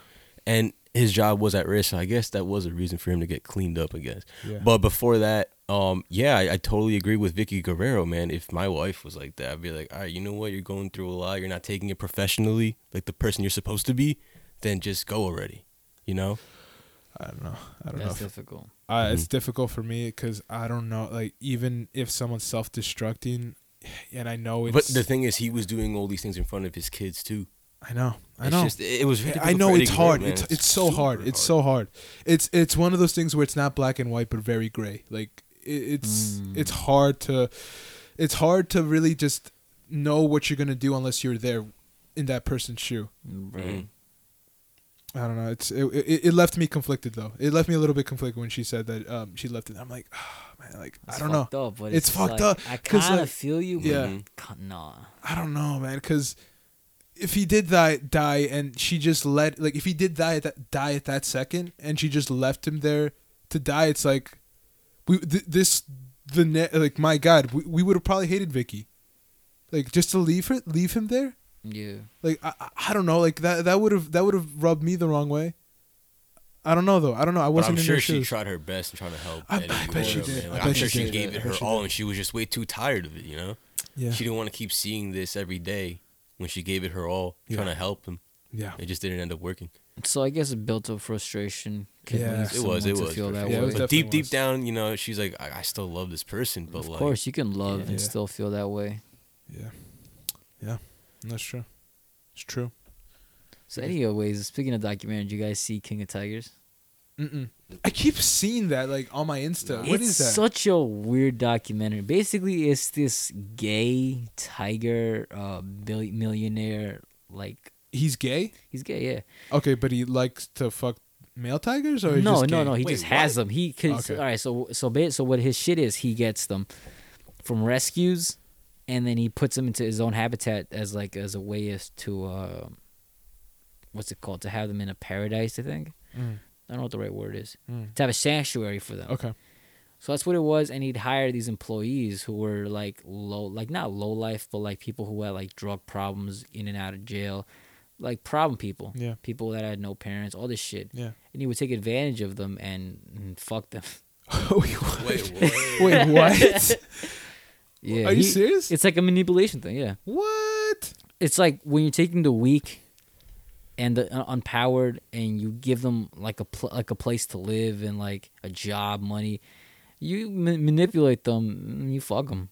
and his job was at risk. So I guess that was a reason for him to get cleaned up. I guess. Yeah. But before that, um, yeah, I, I totally agree with Vicky Guerrero, man. If my wife was like that, I'd be like, all right, you know what? You're going through a lot. You're not taking it professionally, like the person you're supposed to be. Then just go already. You know. I don't know. [sighs] I don't That's know. difficult. I, Mm-hmm. It's difficult for me because I don't know. Like even if someone's self-destructing, and I know it's. But the thing is, he was doing all these things in front of his kids too. I know. I It's know. just- it was. very I difficult know for it's Eddie Guerrero, hard. man. It's it's so hard. super It's so hard. It's it's one of those things where it's not black and white, but very gray. Like it, it's it's hard to it's hard to really just know what you're gonna do unless you're there in that person's shoe. Mm. Right. I don't know. It's it, it, it left me conflicted though. It left me a little bit conflicted when she said that um she left it. I'm like, [sighs] ah man, like It's I don't know. fucked Up, but It's fucked like, up, I 'cause, kind of like- feel you, but Yeah. c- nah. I don't know, man, because if he did die, die, and she just let, like, if he did die at that, die at that second, and she just left him there to die, it's like, We th- this the net like my God, we, we would have probably hated Vicky, like just to leave her leave him there. Yeah. Like I, I- I don't know, like that that would have that would have rubbed me the wrong way. I don't know though. I don't know. I But wasn't I'm in sure her she shoes. tried her best and trying to help. I- Eddie I bet grow she up, did. man. I Like, bet I'm she sure she, did. gave I it bet her she all, and she was just way too tired of it. You know, yeah. she didn't want to keep seeing this every day. When she gave it her all, Yeah. trying to help him, yeah. it just didn't end up working. So I guess it built up frustration. can Yeah. lead It It was, someone it to was. Feel for that sure. Yeah, it way. was but deep, definitely deep was. down, you know, she's like, I, I still love this person, but Of like, course, you can love Yeah. and still feel that way. Yeah. Yeah. That's true. It's true. So, anyways, speaking of documentary, you guys see King of Tigers? Mm-mm. I keep seeing that like on my Insta. what it's is that? such a weird documentary. Basically, it's this gay tiger uh, mil- millionaire. Like He's gay? he's gay, yeah. Okay, but he likes to fuck male tigers or he's no, just no, gay? no. He Wait, just has what? them. He cause, Okay. all right. So so ba- so what his shit is? He gets them from rescues, and then he puts them into his own habitat as like as a way as to uh, what's it called? To have them in a paradise. I think Mm, I don't know what the right word is. mm. To have a sanctuary for them. Okay. So that's what it was, and he'd hire these employees who were like low, like not low life, but like people who had like drug problems, in and out of jail, like problem people, Yeah. people that had no parents, all this shit. [laughs] Yeah. [laughs] And he would take advantage of them and, and fuck them. Wait, what? [laughs] Wait, what? Wait, what? [laughs] Yeah, Are you he- serious? It's like a manipulation thing. Yeah, what? it's like when you're taking the weak and the un- unpowered, and you give them like a pl- like a place to live and like a job, money. You ma- manipulate them, and you fuck them.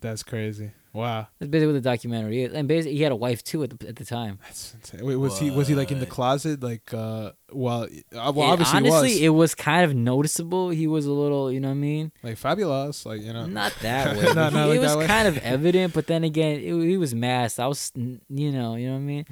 That's crazy. Wow. That's basically what the documentary is. And basically, he had a wife too at the, at the time. That's insane. Wait, was he was he like in the What? closet like uh well, uh, well And obviously he honestly, was. it was kind of noticeable. He was a little, you know what I mean? like fabulous, like you know. Not [laughs] that way. Not- not He- like it was that way. [laughs] kind of evident, but then again, it, he was masked. I was, n- you know, you know what I mean?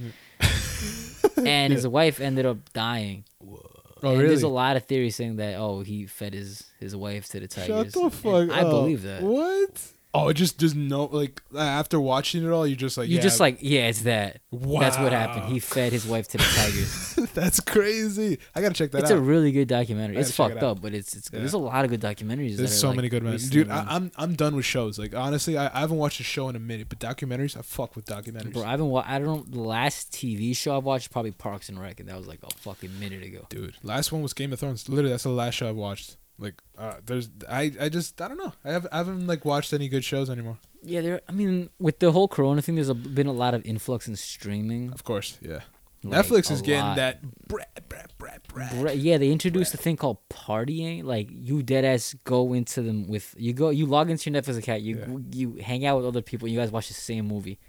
[laughs] and his wife ended up dying. oh and really? There's a lot of theories saying that oh he fed his his wife to the Shut tigers. the And fuck I up. believe that. What? Oh, it just does no like after watching it all, you're just like You're yeah, just like yeah, it's that. That's what Wow. happened. He fed his wife to the tigers. [laughs] That's crazy. I gotta check [laughs] that it's out. a really good documentary. I It's gotta check fucked it out. up, but it's, it's Yeah. there's a lot of good documentaries. There's that are, so like, many good ones, recently dude. I, around. I'm I'm done with shows. Like honestly, I, I haven't watched a show in a minute. But documentaries, I fuck with documentaries. Bro, I haven't. Wa- I don't. The last TV show I watched probably Parks and Rec, and that was like a fucking minute ago. dude, last one was Game of Thrones. Literally, that's the last show I've watched. Like, uh, there's I I just I don't know. I have I haven't like watched any good shows anymore. Yeah, there. I mean, with the whole Corona thing, there's a, been a lot of influx in streaming. Of course, yeah. Like, Netflix a is getting lot. that brat brat brat brat. Bra- Yeah, they introduced a thing called partying. Like you dead ass go into them with you go you log into your Netflix account. You Yeah. you hang out with other people. You guys watch the same movie.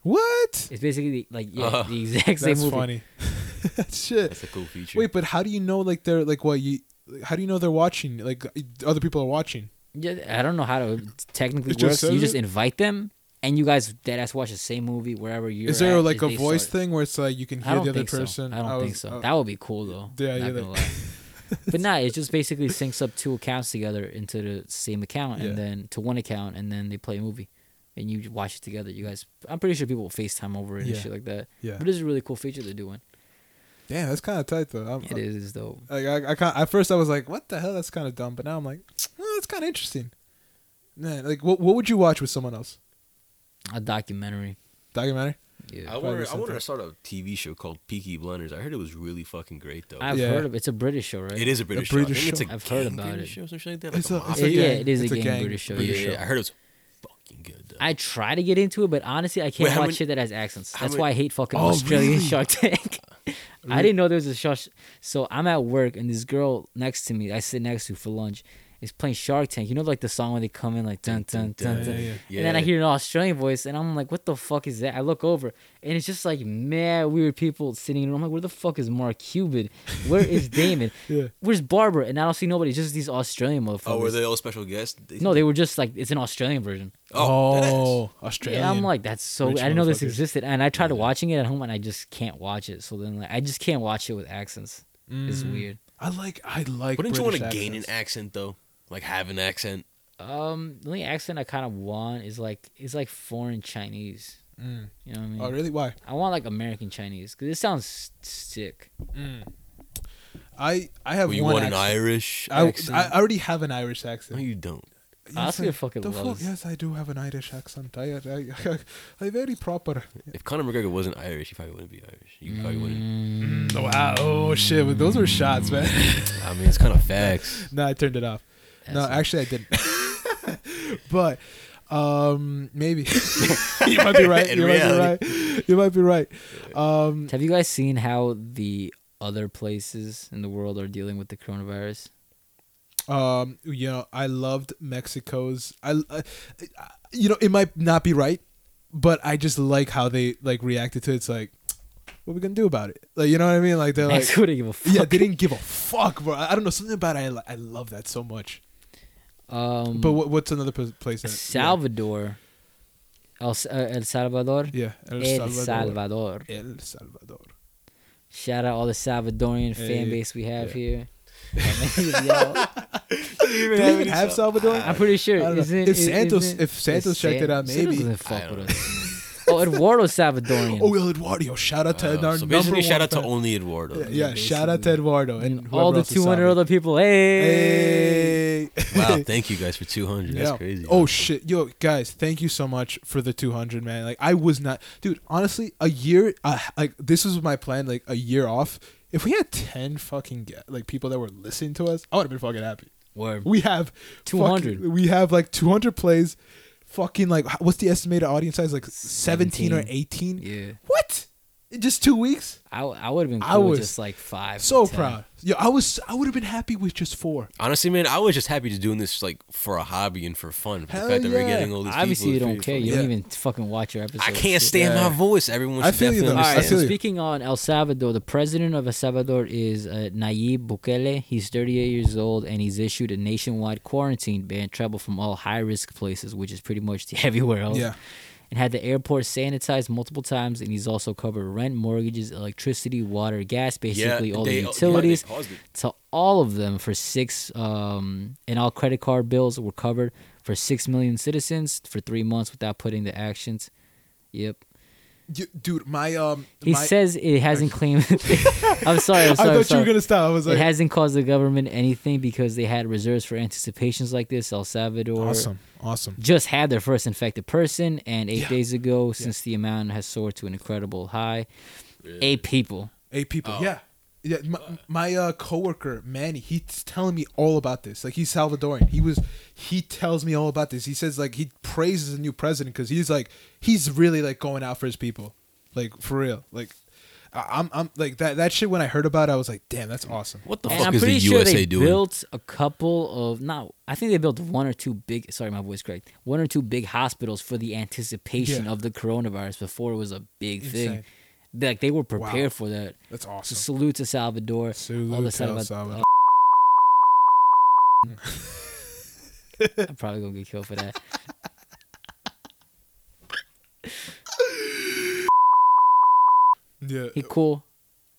What? It's basically like yeah, Uh, the exact same That's movie. funny. [laughs] Shit. That's a cool feature. Wait, but how do you know like they're like what you? How do you know they're watching? Like other people are watching. Yeah, I don't know how to technically It just works. you says just it? invite them, and you guys dead ass watch the same movie wherever you're. is there at, like a they voice start- thing where it's like you can I hear don't the other think person? so. I don't was- think so. uh, that would be cool though. Yeah, not yeah, gonna like- [laughs] lie. but nah, it just basically syncs up two accounts together into the same account, and Yeah. then to one account, and then they play a movie, and you watch it together. You guys, I'm pretty sure people will FaceTime over it Yeah. and shit like that. yeah. But it's a really cool feature they're doing. Damn, that's kind of uh, tight though. I'm, It is though. Like I, I kind at first I was like, what the hell? That's kind of dumb. But now I'm like, oh, that's kind of interesting. Man, like what what would you watch with someone else? A documentary. Documentary? Yeah. I wanted, I something. wanted to start a TV show called Peaky Blinders. I heard it was really fucking great though. I, have Yeah. heard of it's a British show, right? it is a British, British show. I think show. it's a I've heard gang about British it. show or something like that. It's like a, a it's mafia a Yeah, gang. it is a it's gang British show, yeah, British yeah, I show. heard it was fucking good. Though. I try to get into it, but honestly, I can't Wait, how watch many- shit that has accents. how That's many- why I hate fucking Oh, Australian really? Shark Tank. [laughs] I didn't know there was a shark. So I'm at work, and this girl next to me, I sit next to for lunch, is playing Shark Tank. You know, like the song where they come in like dun dun dun dun. Yeah, yeah, And then I Yeah. hear an Australian voice, and I'm like, "What the fuck is that?" I look over, and it's just like mad weird people sitting. in a room. I'm like, "Where the fuck is Mark Cuban? Where [laughs] is Damon? Yeah. Where's Barbara?" And I don't see nobody. Just these Australian motherfuckers. oh, were they all special guests? They- No, they were just like it's an Australian version. Oh, Australian. Yeah, I'm like that's so. Rich I didn't know this motherfuckers. existed, and I tried watching it at home, and I just can't watch it. So then, like, I just can't watch it with accents. It's Mm. weird. I like I like Wouldn't you British want to gain an accents. accent though? Like have an accent? Um, the only accent I kind of want is like is like foreign Chinese. Mm. You know what I mean? Oh, really? Why? I want like American Chinese because it sounds s- sick. I I have Mm. Well, you one. want an accent. Irish I, accent? I already have an Irish no, accent. you don't. Oscar I- fucking the loves- Yes, I do have an Irish accent. I I, I, [laughs] I very proper. If Conor McGregor wasn't Irish, he probably wouldn't be Irish. You probably wouldn't. Mm. Wow. Oh shit! But those were shots, man. [laughs] Mm. I mean, it's kind of facts. no, I turned it off. no, Asshole. actually, I didn't. [laughs] but um, [laughs] maybe you might be right. In You might reality. be right. You might be right. Um, Have you guys seen how the other places in the world are dealing with the coronavirus? um, you know, I loved Mexico's. I, I, you know, it might not be right, but I just like how they like reacted to it. It's like, what we gonna do about it? Like, you know what I mean? Like [laughs] they're like, Mexico didn't give a fuck. yeah, they didn't give a fuck, bro. I I don't know something about it. I, li- I love that so much. [laughs] um, Hmm. But what, what's another pl- place? That, Salvador, El, S- uh, El Salvador, Yeah, yeah, El Salvador. El Salvador. Shout out all the Salvadorian fan Hey, base we have yeah. here. [laughs] Yo, Do they even have Salvador? I'm pretty sure. I don't know. Isn't, If is- Santos- isn't- if Santos checked it out, Santos maybe. doesn't I fuck don't with us. [laughs] oh, Eduardo Salvadorian. Oh, El Eduardo. Shout out to Uh, our so number basically, shout one out to fan. only Eduardo. Yeah, yeah, shout out to Eduardo and, and whoever all the else is 200 solid. other people. Hey. Hey. [laughs] Wow, thank you guys for 200. That's Yeah. crazy. Oh shit, yo guys, thank you so much for the 200, man. Like I was not, dude. Honestly, a year, uh, like this was my plan, like a year off. If we had 10 fucking ga- like people that were listening to us, I would have been fucking happy. Word. We have fucking- 200. we have like 200 plays. Fucking like, h- what's the estimated audience size? Like 17, or 18? Yeah. What? In just two weeks? I, I would have been cool I with was just like five. to So 10. proud. Yo, I was, I would have been happy with just four. Honestly, man, I was just happy to doing this like for a hobby and for fun. For Hell the fact that yeah. we're getting all these Obviously, you people. don't it's care. really You fun. Yeah. don't even fucking watch your episodes. I can't Shit. stand Yeah. my voice. Everyone I should feel you, definitely though. All right. I feel So you. understand. speaking on El Salvador, the president of El Salvador is uh, Nayib Bukele. He's 38 years old, and he's issued a nationwide quarantine ban, travel from all high-risk places, which is pretty much [laughs] everywhere else. Yeah. And had the airport sanitized multiple times, and he's also covered rent, mortgages, electricity, water, gas, basically all they- the yeah, they utilities paused it. to all of them for six, um, and all credit card bills were covered for six million citizens for three months without putting the actions. Yep. You, dude, my um, He my, says it hasn't claimed. [laughs] I'm sorry. I'm sorry. I I'm thought you sorry. were gonna stop. I was like, it hasn't caused the government anything because they had reserves for anticipations like this. El Salvador awesome, awesome. just had their first infected person, and eight Yeah. days ago, since the amount has soared to an incredible high, eight people. Eight people. Yeah. Yeah, my, my uh, coworker Manny, he's telling me all about this. Like he's Salvadorian. He was, he tells me all about this. He says like he praises the new president because he's like he's really like going out for his people, like for real. Like I- I'm, I'm like that that shit. When I heard about, it, I was like, damn, that's awesome. What the And fuck I'm is the pretty sure USA they doing? built a couple of not. I think they built one or two big. Sorry, my voice cracked. One or two big hospitals for the anticipation Yeah. of the coronavirus before it was a big Insane. thing. Like they were prepared for that. That's So awesome. salute to Salvador. Salute all the to Oh, side El about- Salvador. I'm probably gonna get killed for that. Yeah. He cool.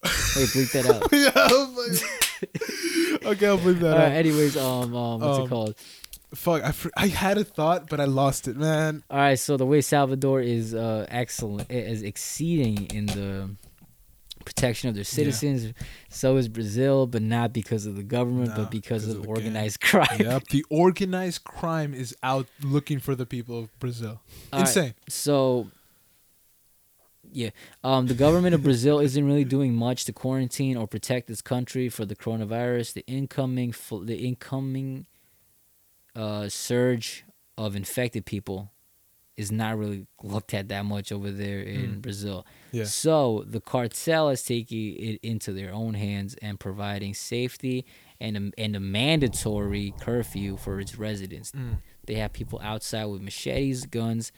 Wait, bleep that out. [laughs] yeah I was like- [laughs] okay, I'll believe All that. right. out. Anyways, um, um, what's Um, it called? Fuck, I, fr- I had a thought, but I lost it, man. All right. So the way Salvador is uh excellent is exceeding in the protection of their citizens. So is Brazil, but not because of the government, Nah, but because because of of the organized [laughs] crime. Yep, the organized crime is out looking for the people of Brazil. All right, Insane. So, yeah, um, the government of Brazil isn't really doing much to quarantine or protect its country for the coronavirus. The incoming, fl- the incoming uh, surge of infected people is not really looked at that much over there in Brazil. Yeah. So the cartel is taking it into their own hands and providing safety and a, and a mandatory curfew for its residents. Mm. They have people outside with machetes, guns,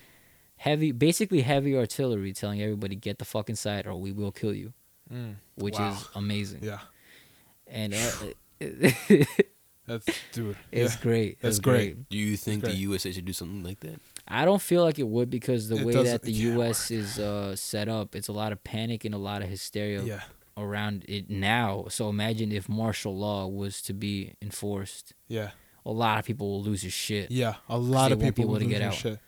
heavy, basically heavy artillery, telling everybody get the fuck inside or we will kill you, which Wow. is amazing. Mm. Yeah, And uh, that's dude. [laughs] it's yeah. great. That's It's great. Do you think Okay. the USA should do something like that? I don't feel like it would because the It way doesn't- [laughs] that the it can't U.S. is uh, set up, it's a lot of panic and a lot of hysteria Yeah. around it now. So imagine if martial law was to be enforced, Yeah, a lot of people will lose their shit. yeah. A lot they of want people people would to lose get their out. Shit.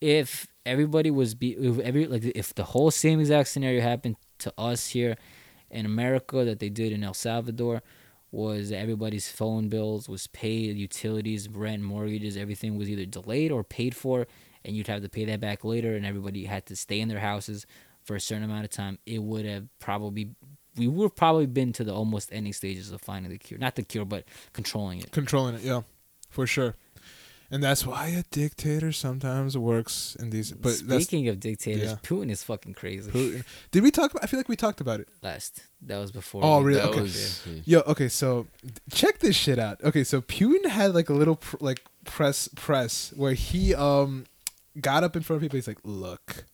If everybody was be if every like if the whole same exact scenario happened to us here in America that they did in El Salvador, was that everybody's phone bills was paid, utilities, rent, mortgages, everything was either delayed or paid for, and you'd have to pay that back later, and everybody had to stay in their houses for a certain amount of time. It would have probably we would have probably been to the almost ending stages of finding the cure, not the cure, but controlling it. Controlling it, yeah, for sure. And that's why a dictator sometimes works in these. But Speaking of dictators, yeah. Putin is fucking crazy. that's Putin. Did we talk? About, I feel like we talked about it. Last that was before. Oh, we- really? That Okay. was Yo, okay, so check this shit out. Okay, so Putin had like a little pr- like press press where he um got up in front of people. He's like, "Look,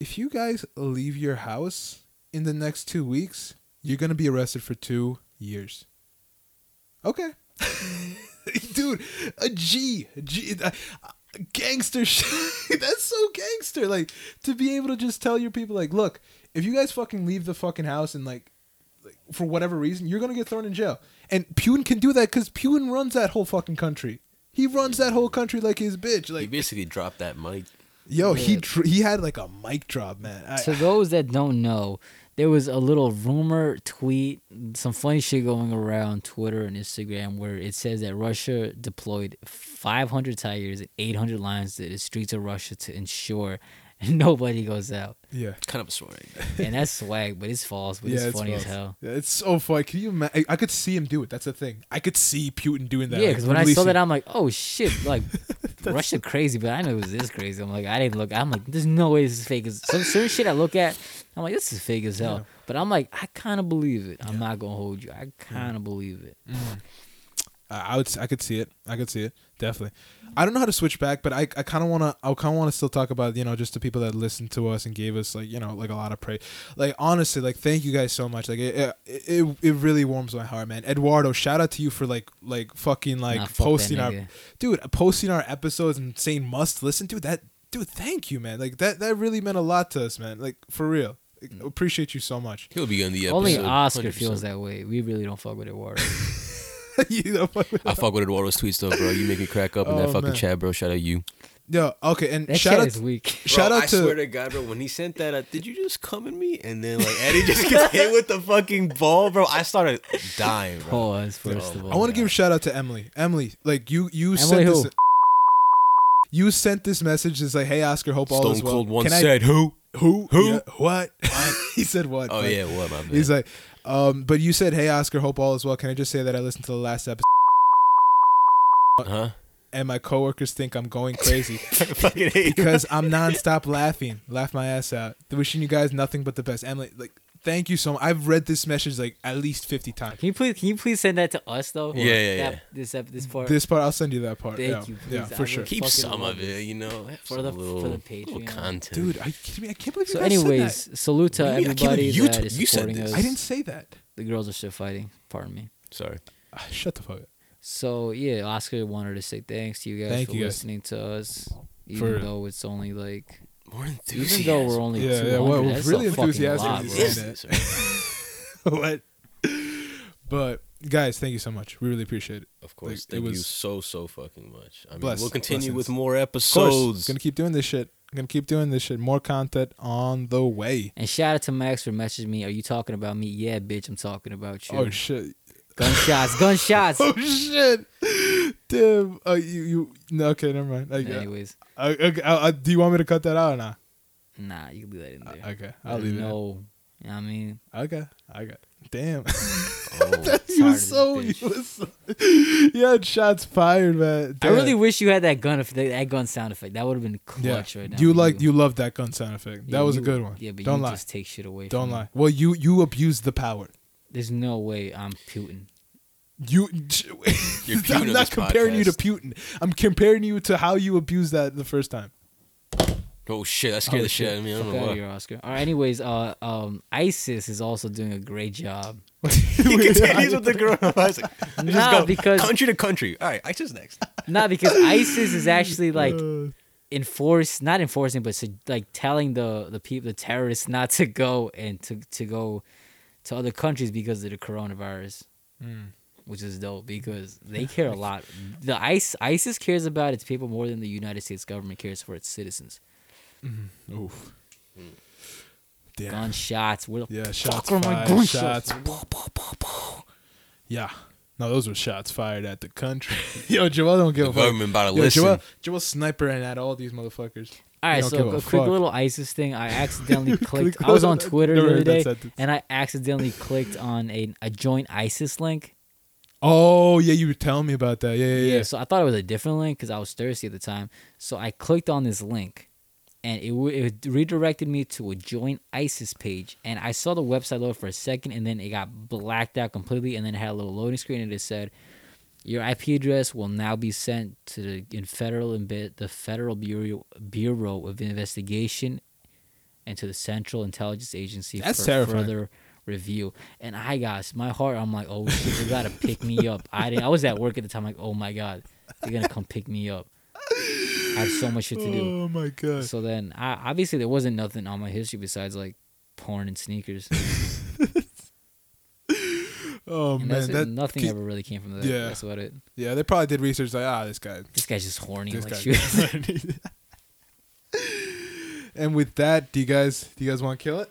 if you guys leave your house in the next two weeks, you're gonna be arrested for two years." Okay, [laughs] dude, a G, a G, uh, gangster [laughs] shit. That's so gangster. Like to be able to just tell your people, like, "Look, if you guys fucking leave the fucking house and like." like, for whatever reason, you're gonna get thrown in jail. And Putin can do that because Putin runs that whole fucking country. He runs that whole country like his bitch. he Like, basically dropped that mic. yo, he dr- he had like a mic drop, man. I, to those that don't know, there was a little rumor tweet, some funny shit going around Twitter and Instagram where it says that Russia deployed 500 tigers and 800 lions to the streets of Russia to ensure [laughs] nobody goes out. yeah, Kind of a story. [laughs] [laughs] And that's swag, but it's false, but it's, funny as rough. hell. Yeah, it's so funny. Can you? Ima- I, I could see him do it. That's the thing. I could see Putin doing that. Yeah, like, because when I saw releasing- that, I'm like, [laughs] oh shit, like Russia crazy, but I know it was this crazy. I'm like, I didn't look. I'm like, there's no way this is fake. As, some certain shit I look at, I'm like, this is fake as hell. But I'm like, I kind of believe it. I'm not gonna hold you. I kind of believe it. I I would. s- I could see it. I could see it. Definitely. I don't know how to switch back, but I, I kind of want to. I kind of want to still talk about you know just the people that listened to us and gave us like you know like a lot of praise. Like honestly, like thank you guys so much. Like it it, it, it really warms my heart, man. Eduardo, shout out to you for like like fucking like Nah, fuck that posting our nigga. dude posting our episodes and saying must listen. Dude, that dude, thank you, man. Like that that really meant a lot to us, man. Like for real, Like, Mm. appreciate you so much. [laughs] He'll be on the episode. Only Oscar 100%. feels that way. We really don't fuck with [laughs] it, Warren. you know, Uh, I fuck with Eduardo's tweets though, bro. You make me crack up in that Oh, fucking man. chat, bro. Shout out you. yo, okay, and That shout shit out. is weak. [laughs] Shout Bro, out I to swear to God, bro. When he sent that, uh, did you just come at me? And then like Eddie just gets hit with the fucking ball, bro. I started dying, bro. Pause first Oh, of all. I want to give a shout out to Emily. Emily, like you, you Emily sent who? this. You sent this message. It's like, hey, Oscar, hope all Stone is well. Cold once Can I- said, "Who? who? Who? Yeah. [laughs] What? [laughs] he said what? Oh but yeah, what my man? He's like, um, but you said, hey, Oscar, hope all is well. Can I just say that I listened to the last episode huh? and my coworkers think I'm going [laughs] crazy I [laughs] fucking hate you. because I'm nonstop laughing, laugh my ass out. Wishing you guys nothing but the best. Emily, like, thank you so much. I've read this message like at least 50 times. Can you please? Can you please send that to us though? Yeah, yeah, That- yeah. This ep- this part. This part, I'll send you that part. Thank yeah, you, please. yeah, I for would- sure. [laughs] Keep fucking some love of it, you know, For some the- for little, the little Patreon. content, Dude, are you kidding me? I can't believe you so, guys said that. anyways, salute to What do you mean? I can't everybody believe you that took- is you said supporting this. us. I didn't say that. The girls are still fighting. Pardon me. Sorry. Ah, Shut the fuck up. So yeah, Oscar wanted to say thanks to you guys Thank for you guys. listening to us, even For- though it's only like More enthusiasm. even though we're only Yeah, yeah, yeah, 200, well, that's really a fucking enthusiastic lot, is bro. saying that. [laughs] what? But guys, thank you so much. We really appreciate it. Of course, Like, it thank you was- so so fucking much. I mean, Bless- we'll continue blessings. with more Of course, episodes. gonna keep doing this shit. gonna keep doing this shit. More content on the way. And shout out to Max for messaging me. Are you talking about me? Yeah, bitch, I'm talking about you. Oh shit! [laughs] gunshots, gunshots. Oh shit! Damn. Uh, you you. No, okay, never mind. I, got Anyways, I, okay, I, I, do you want me to cut that out or not? Uh, nah, you can leave that in there. Okay, I'll leave it. No, you know what [laughs] I mean, in. Okay, I got. Damn. [laughs] Oh, you was so. Tired of this You was so. [laughs] you had shots fired, man. I really Damn. wish you had that gun if that gun sound effect. That would have been clutch right now. You but liked you loved that gun sound effect. That yeah, was a you- good one. Yeah, but Don't you lie. just take shit away. Don't from me. lie. Well, you you abused the power. There's no way I'm Putin. You [laughs] You're Putin I'm of not this comparing you to podcast. Putin. I'm comparing you to how you abused that the first [laughs] time. [laughs] oh shit, that scared Oh, the shit shit. out of me. I don't Fuck know out of why. here, Oscar. All right. Anyways, uh, um, ISIS is also doing a great job. [laughs] He continues with the [laughs] coronavirus. [laughs] Just Nah, go because- country to country. All right, ISIS next. [laughs] Not because ISIS is [laughs] actually like Uh. enforce, not enforcing, but su- like telling the the people, the terrorists, not to go and to to go to other countries because of the coronavirus, Mm. which is dope because they care a lot. The ICE, ISIS cares about its people more than the United States government cares for its citizens. Oof. Hmm. Damn. Gunshots. Where the Yeah, shots fuck are my fired. gunshots? Shots. Yeah. No, those were shots fired at the country. [laughs] Yo, Joel don't give The a fuck. government about to Yo, listen. Joel, Joel snipering at all these motherfuckers. All They right, don't so give a, a quick fuck. little ISIS [laughs] thing. I accidentally Click clicked. I was on [laughs] on that. Twitter Never the other heard that day, sentence. and I accidentally clicked on a, a joint ISIS link. Oh yeah, you were telling me about that. Yeah, yeah, yeah. Yeah. So I thought it was a different link because I was thirsty at the time. So I clicked on this link, and it, w- it redirected me to a joint ISIS page. And I saw the website load for a second, and then it got blacked out completely. And then it had a little loading screen, and it said, "Your IP address will now be sent to the in federal and bi- the Federal Bureau Bureau of Investigation, and to the Central Intelligence Agency That's for terrifying. further." review. And I got my heart. I'm like, oh shit, they gotta pick me up. I didn't. I was at work at the time. Like, oh my god, they're gonna come pick me up. I have so much shit to do. Oh my god. So then, I obviously there wasn't nothing on my history besides like porn [laughs] and sneakers. Oh And that's man, it. that nothing keep- ever really came from that. Yeah. That's about it. Yeah, they probably did research like ah, this guy. This guy's just horny. This like, guy's shoot. [laughs] and with that, do you guys do you guys want to kill it?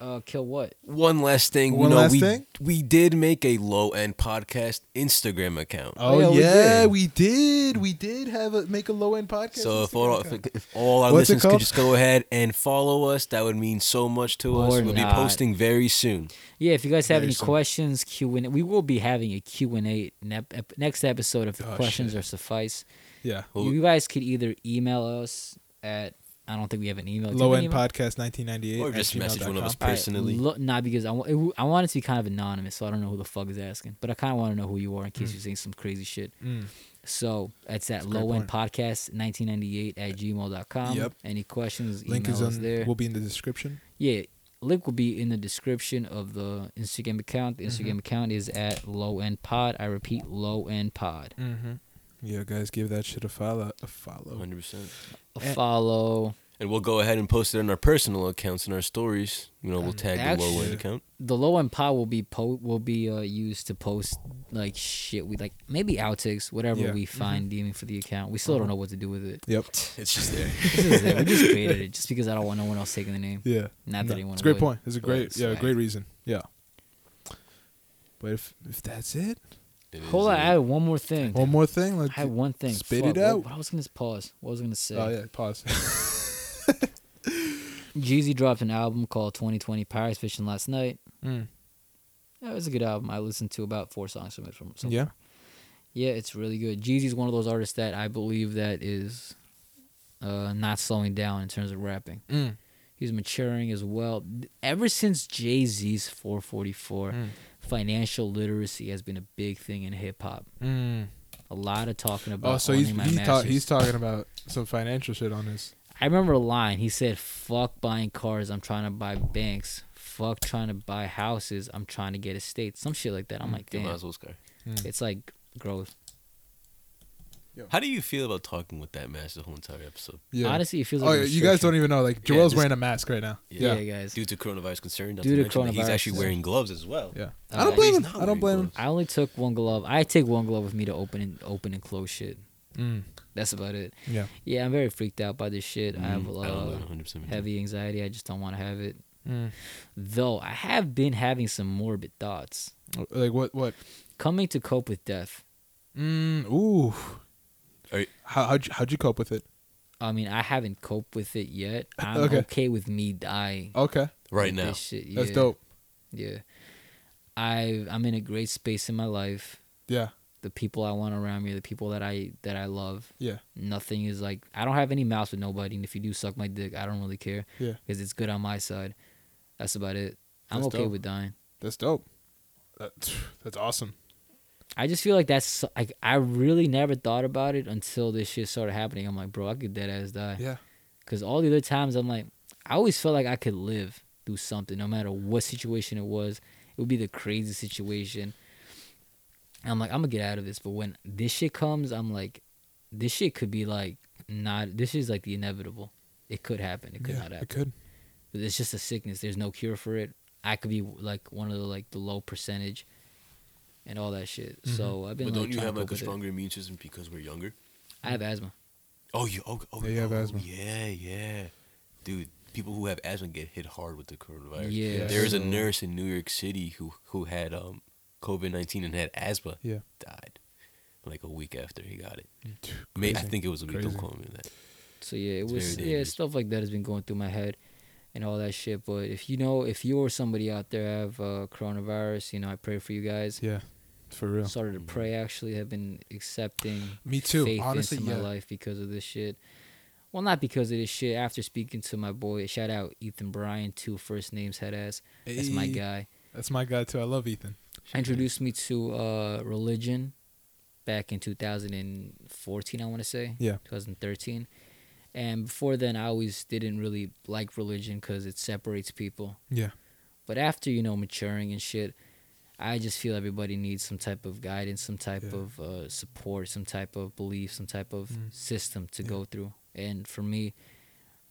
uh, kill what? One last thing. One no, last we, thing? We did make a low end podcast Instagram account. Oh, yeah, we yeah, did. we did. We did have a make a low end podcast. so if Instagram all, if, account. if all our What's it listeners could called? just go ahead and follow us, that would mean so much to us. Or We'll not. be posting very soon. Yeah, if you guys have Very any soon. questions, Q and we will be having a Q and A nep- ep- next episode if the Oh, questions shit. are suffice. yeah, Well- You guys could either email us at I don't think we have an email. Do we have low end an email? podcast 1998. Or just at message one of us gmail.com. Alright, personally. lo- not because I want. I want it to be kind of anonymous, so I don't know who the fuck is asking. But I kind of want to know who you are in case you're saying some crazy shit. Mm. So it's at Hmm. a great low end podcast 1998 at gmail.com. Yep. Any questions? Link email is us on. there. Will be in the description. yeah, link will be in the description of the Instagram account. The Instagram Mm-hmm. account is at low end pod. I repeat, low end pod. Mm-hmm. Yeah, guys, give that shit a follow. A follow. 100%. Eh. Follow And we'll go ahead and post it on our personal accounts and our stories. You know, we'll tag the low actually- end account. the low end pod will be po- will be uh, used to post like shit we like maybe outtakes whatever Yeah. Mm-hmm. Uh-huh. we find deeming for the account. We still don't know what to do with it. Yep. It's just there. This is it. [laughs] we just created it just because I don't want no one else taking the name. Yeah. Not that anyone It's a great would, point. It's a great it's yeah, like- great reason. Yeah. But if if that's it, [laughs] It is, Hold on, uh, I had one more thing. one more thing. I Let's. had one thing. Spit it Fuck, what- out. What, I was gonna pause. What I was gonna say? oh yeah. Pause. Jeezy dropped an album called 2020 Pirates Fishing last night. Mm. That was a good album. I listened to about four songs from it. From so Yeah. far. yeah, it's really good. Jeezy's one of those artists that I believe that is uh, not slowing down in terms of rapping. Mm. He's maturing as well. Ever since Jay Z's 444, Mm. financial literacy has been a big thing in hip hop. Mm. A lot of talking about. Oh, so he's owning my he ta- masters. he's talking about some financial shit on his. I remember a line. He said, "Fuck buying cars. I'm trying to buy banks. Fuck trying to buy houses. I'm trying to get estates. Some shit like that." Hmm. I'm like, Give damn. us Oscar. It's like growth. How do you feel about talking with that mask the whole entire episode? Yeah. Honestly, it feels oh, like. yeah, you guys don't restriction. even know. Like Yeah, Joel's just- wearing a mask right now. Yeah. Yeah. Yeah, guys. Due to coronavirus concern, not Due to to mention that he's coronavirus, actually yeah. wearing gloves as well. Yeah. Uh, I don't blame he's him. not I don't wearing blame him. gloves. I only took one glove. I take one glove with me to open and open and close shit. Mm. That's about it. Yeah. Yeah, I'm very freaked out by this shit. I have a Mm, I don't know, lot of 100% me too. heavy anxiety. I just don't want to have it. Mm. Though I have been having some morbid thoughts Oh, Like what? What? coming to cope with death. Mm. Ooh. Are you- How how'd you, how'd you cope with it? I mean, I haven't coped with it yet. [laughs] I'm Okay. okay, with me dying. Okay, right with now. this shit. Yeah, that's dope. Yeah, I I'm in a great space in my life. Yeah. The people I want around me, the people that I that I love. Yeah. Nothing is like I don't have any mouths with nobody, and if you do suck my dick, I don't really care. Yeah. because it's good on my side. That's about it. I'm That's okay dope. with dying. That's dope. That's that's awesome. I just feel like that's like I really never thought about it until this shit started happening. I'm like, bro, I could dead ass die. Yeah. Because all the other times, I'm like, I always felt like I could live through something, no matter what situation it was. It would be the crazy situation. I'm like, I'm gonna get out of this. But when this shit comes, I'm like, this shit could be like not. This is like the inevitable. It could happen. It could yeah. not happen. It could. But it's just a sickness. There's no cure for it. I could be like one of the like the low percentage, and all that shit. Mm-hmm. So I've been. But like, don't you trying to have like cope a with it. stronger immune system because we're younger? I have asthma. Oh, you oh, oh, Yeah, you have oh, asthma. Yeah, yeah. Dude, people who have asthma get hit hard with the coronavirus. Yeah. There is a so- nurse in New York City who who had um COVID nineteen and had asthma. Yeah. died like a week after he got it. May, I think it was a week. Crazy. Don't quote me on that. So yeah, it It's was very yeah dangerous. stuff like that has been going through my head, and all that shit. But if you know, if you or somebody out there have uh, coronavirus, you know I pray for you guys. Yeah, for real. Mm-hmm. Started to Mhm. pray. Actually, have been accepting Me too. faith Honestly, into yeah. my life because of this shit. Well, not because of this shit. After speaking to my boy, shout out Ethan Bryan, two first names head ass. That's my Hey, guy. Eh, That's my guy too. I love Ethan. Introduced me to uh, religion back in 2014, I want to say. Yeah. 2013. And before then, I always didn't really like religion because it separates people. Yeah. But after, you know, maturing and shit, I just feel everybody needs some type of guidance, some type Yeah. of uh, support, some type of belief, some type of Mm. system to Yeah. go through. And for me,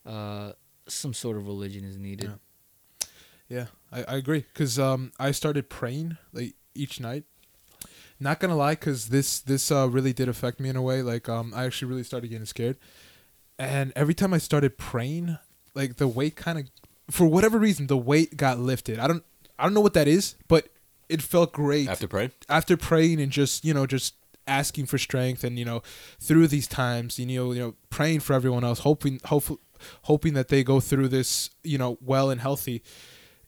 uh, some sort of religion is needed. Yeah. Yeah, I, I agree. Cause um, I started praying like each night. Not gonna lie, cause this this uh really did affect me in a way. Like um, I actually really started getting scared, and every time I started praying, like the weight kind of, for whatever reason, the weight got lifted. I don't I don't know what that is, but it felt great After praying, after praying and just you know just asking for strength and you know through these times you know you know praying for everyone else hoping hopeful hoping that they go through this you know well and healthy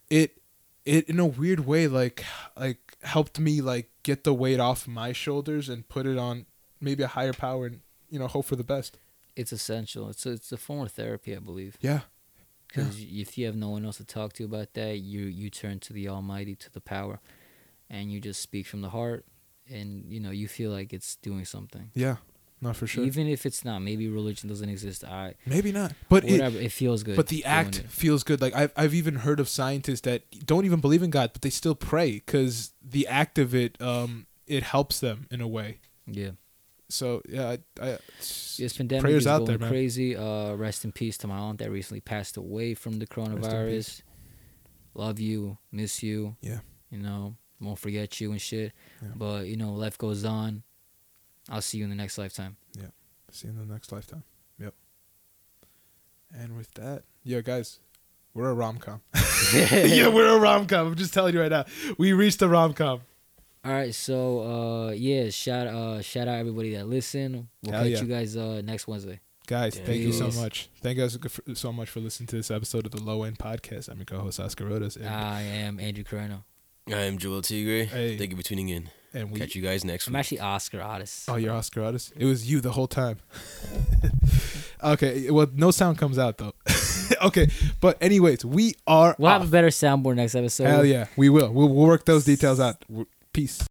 it it in a weird way like like helped me like get the weight off my shoulders and put it on maybe a higher power and you know hope for the best It's essential. It's a, it's a form of therapy, I believe. yeah because if you have no one else to talk to about that, you you turn to the Almighty, to the power, and you just speak from the heart, and you know you feel like it's doing something. yeah not for sure Even if it's not, maybe religion doesn't exist. I maybe not but it, whatever, it, feels good. But the doing act it. feels good. Like I've I've even heard of scientists that don't even believe in God, but they still pray because the act of it um it helps them in a way. yeah, So yeah, I, I this pandemic prayers is out going there, man. crazy. Uh, rest in peace to my aunt that recently passed away from the coronavirus. Love you, miss you. Yeah. you know, won't forget you and shit. Yeah. But you know, life goes on. I'll see you in the next lifetime. see you in the next lifetime. Yep. And with that, yeah, guys, we're a rom com. [laughs] yeah, we're a rom com. I'm just telling you right now, we reached the rom com. All right, so uh yeah, shout uh shout out everybody that listen. We'll Hell catch yeah. you guys uh next Wednesday. Guys, Damn. thank you so Peace. much. Thank you guys for- so much for listening to this episode of the Low End Podcast. I'm your co-host Oscar Rodas, and, I am Andrew Carino. I am Joel Tigre. Hey. Thank you for tuning in. and we. Catch you guys next I'm week. actually Oscar Otis. Oh, you're Oscar Otis. It was you the whole time. [laughs] okay, well, no sound comes out though. [laughs] okay, but anyways, we are. We'll have a off. better soundboard next episode. Hell yeah, we will. We'll, we'll work those details out. We're- Peace.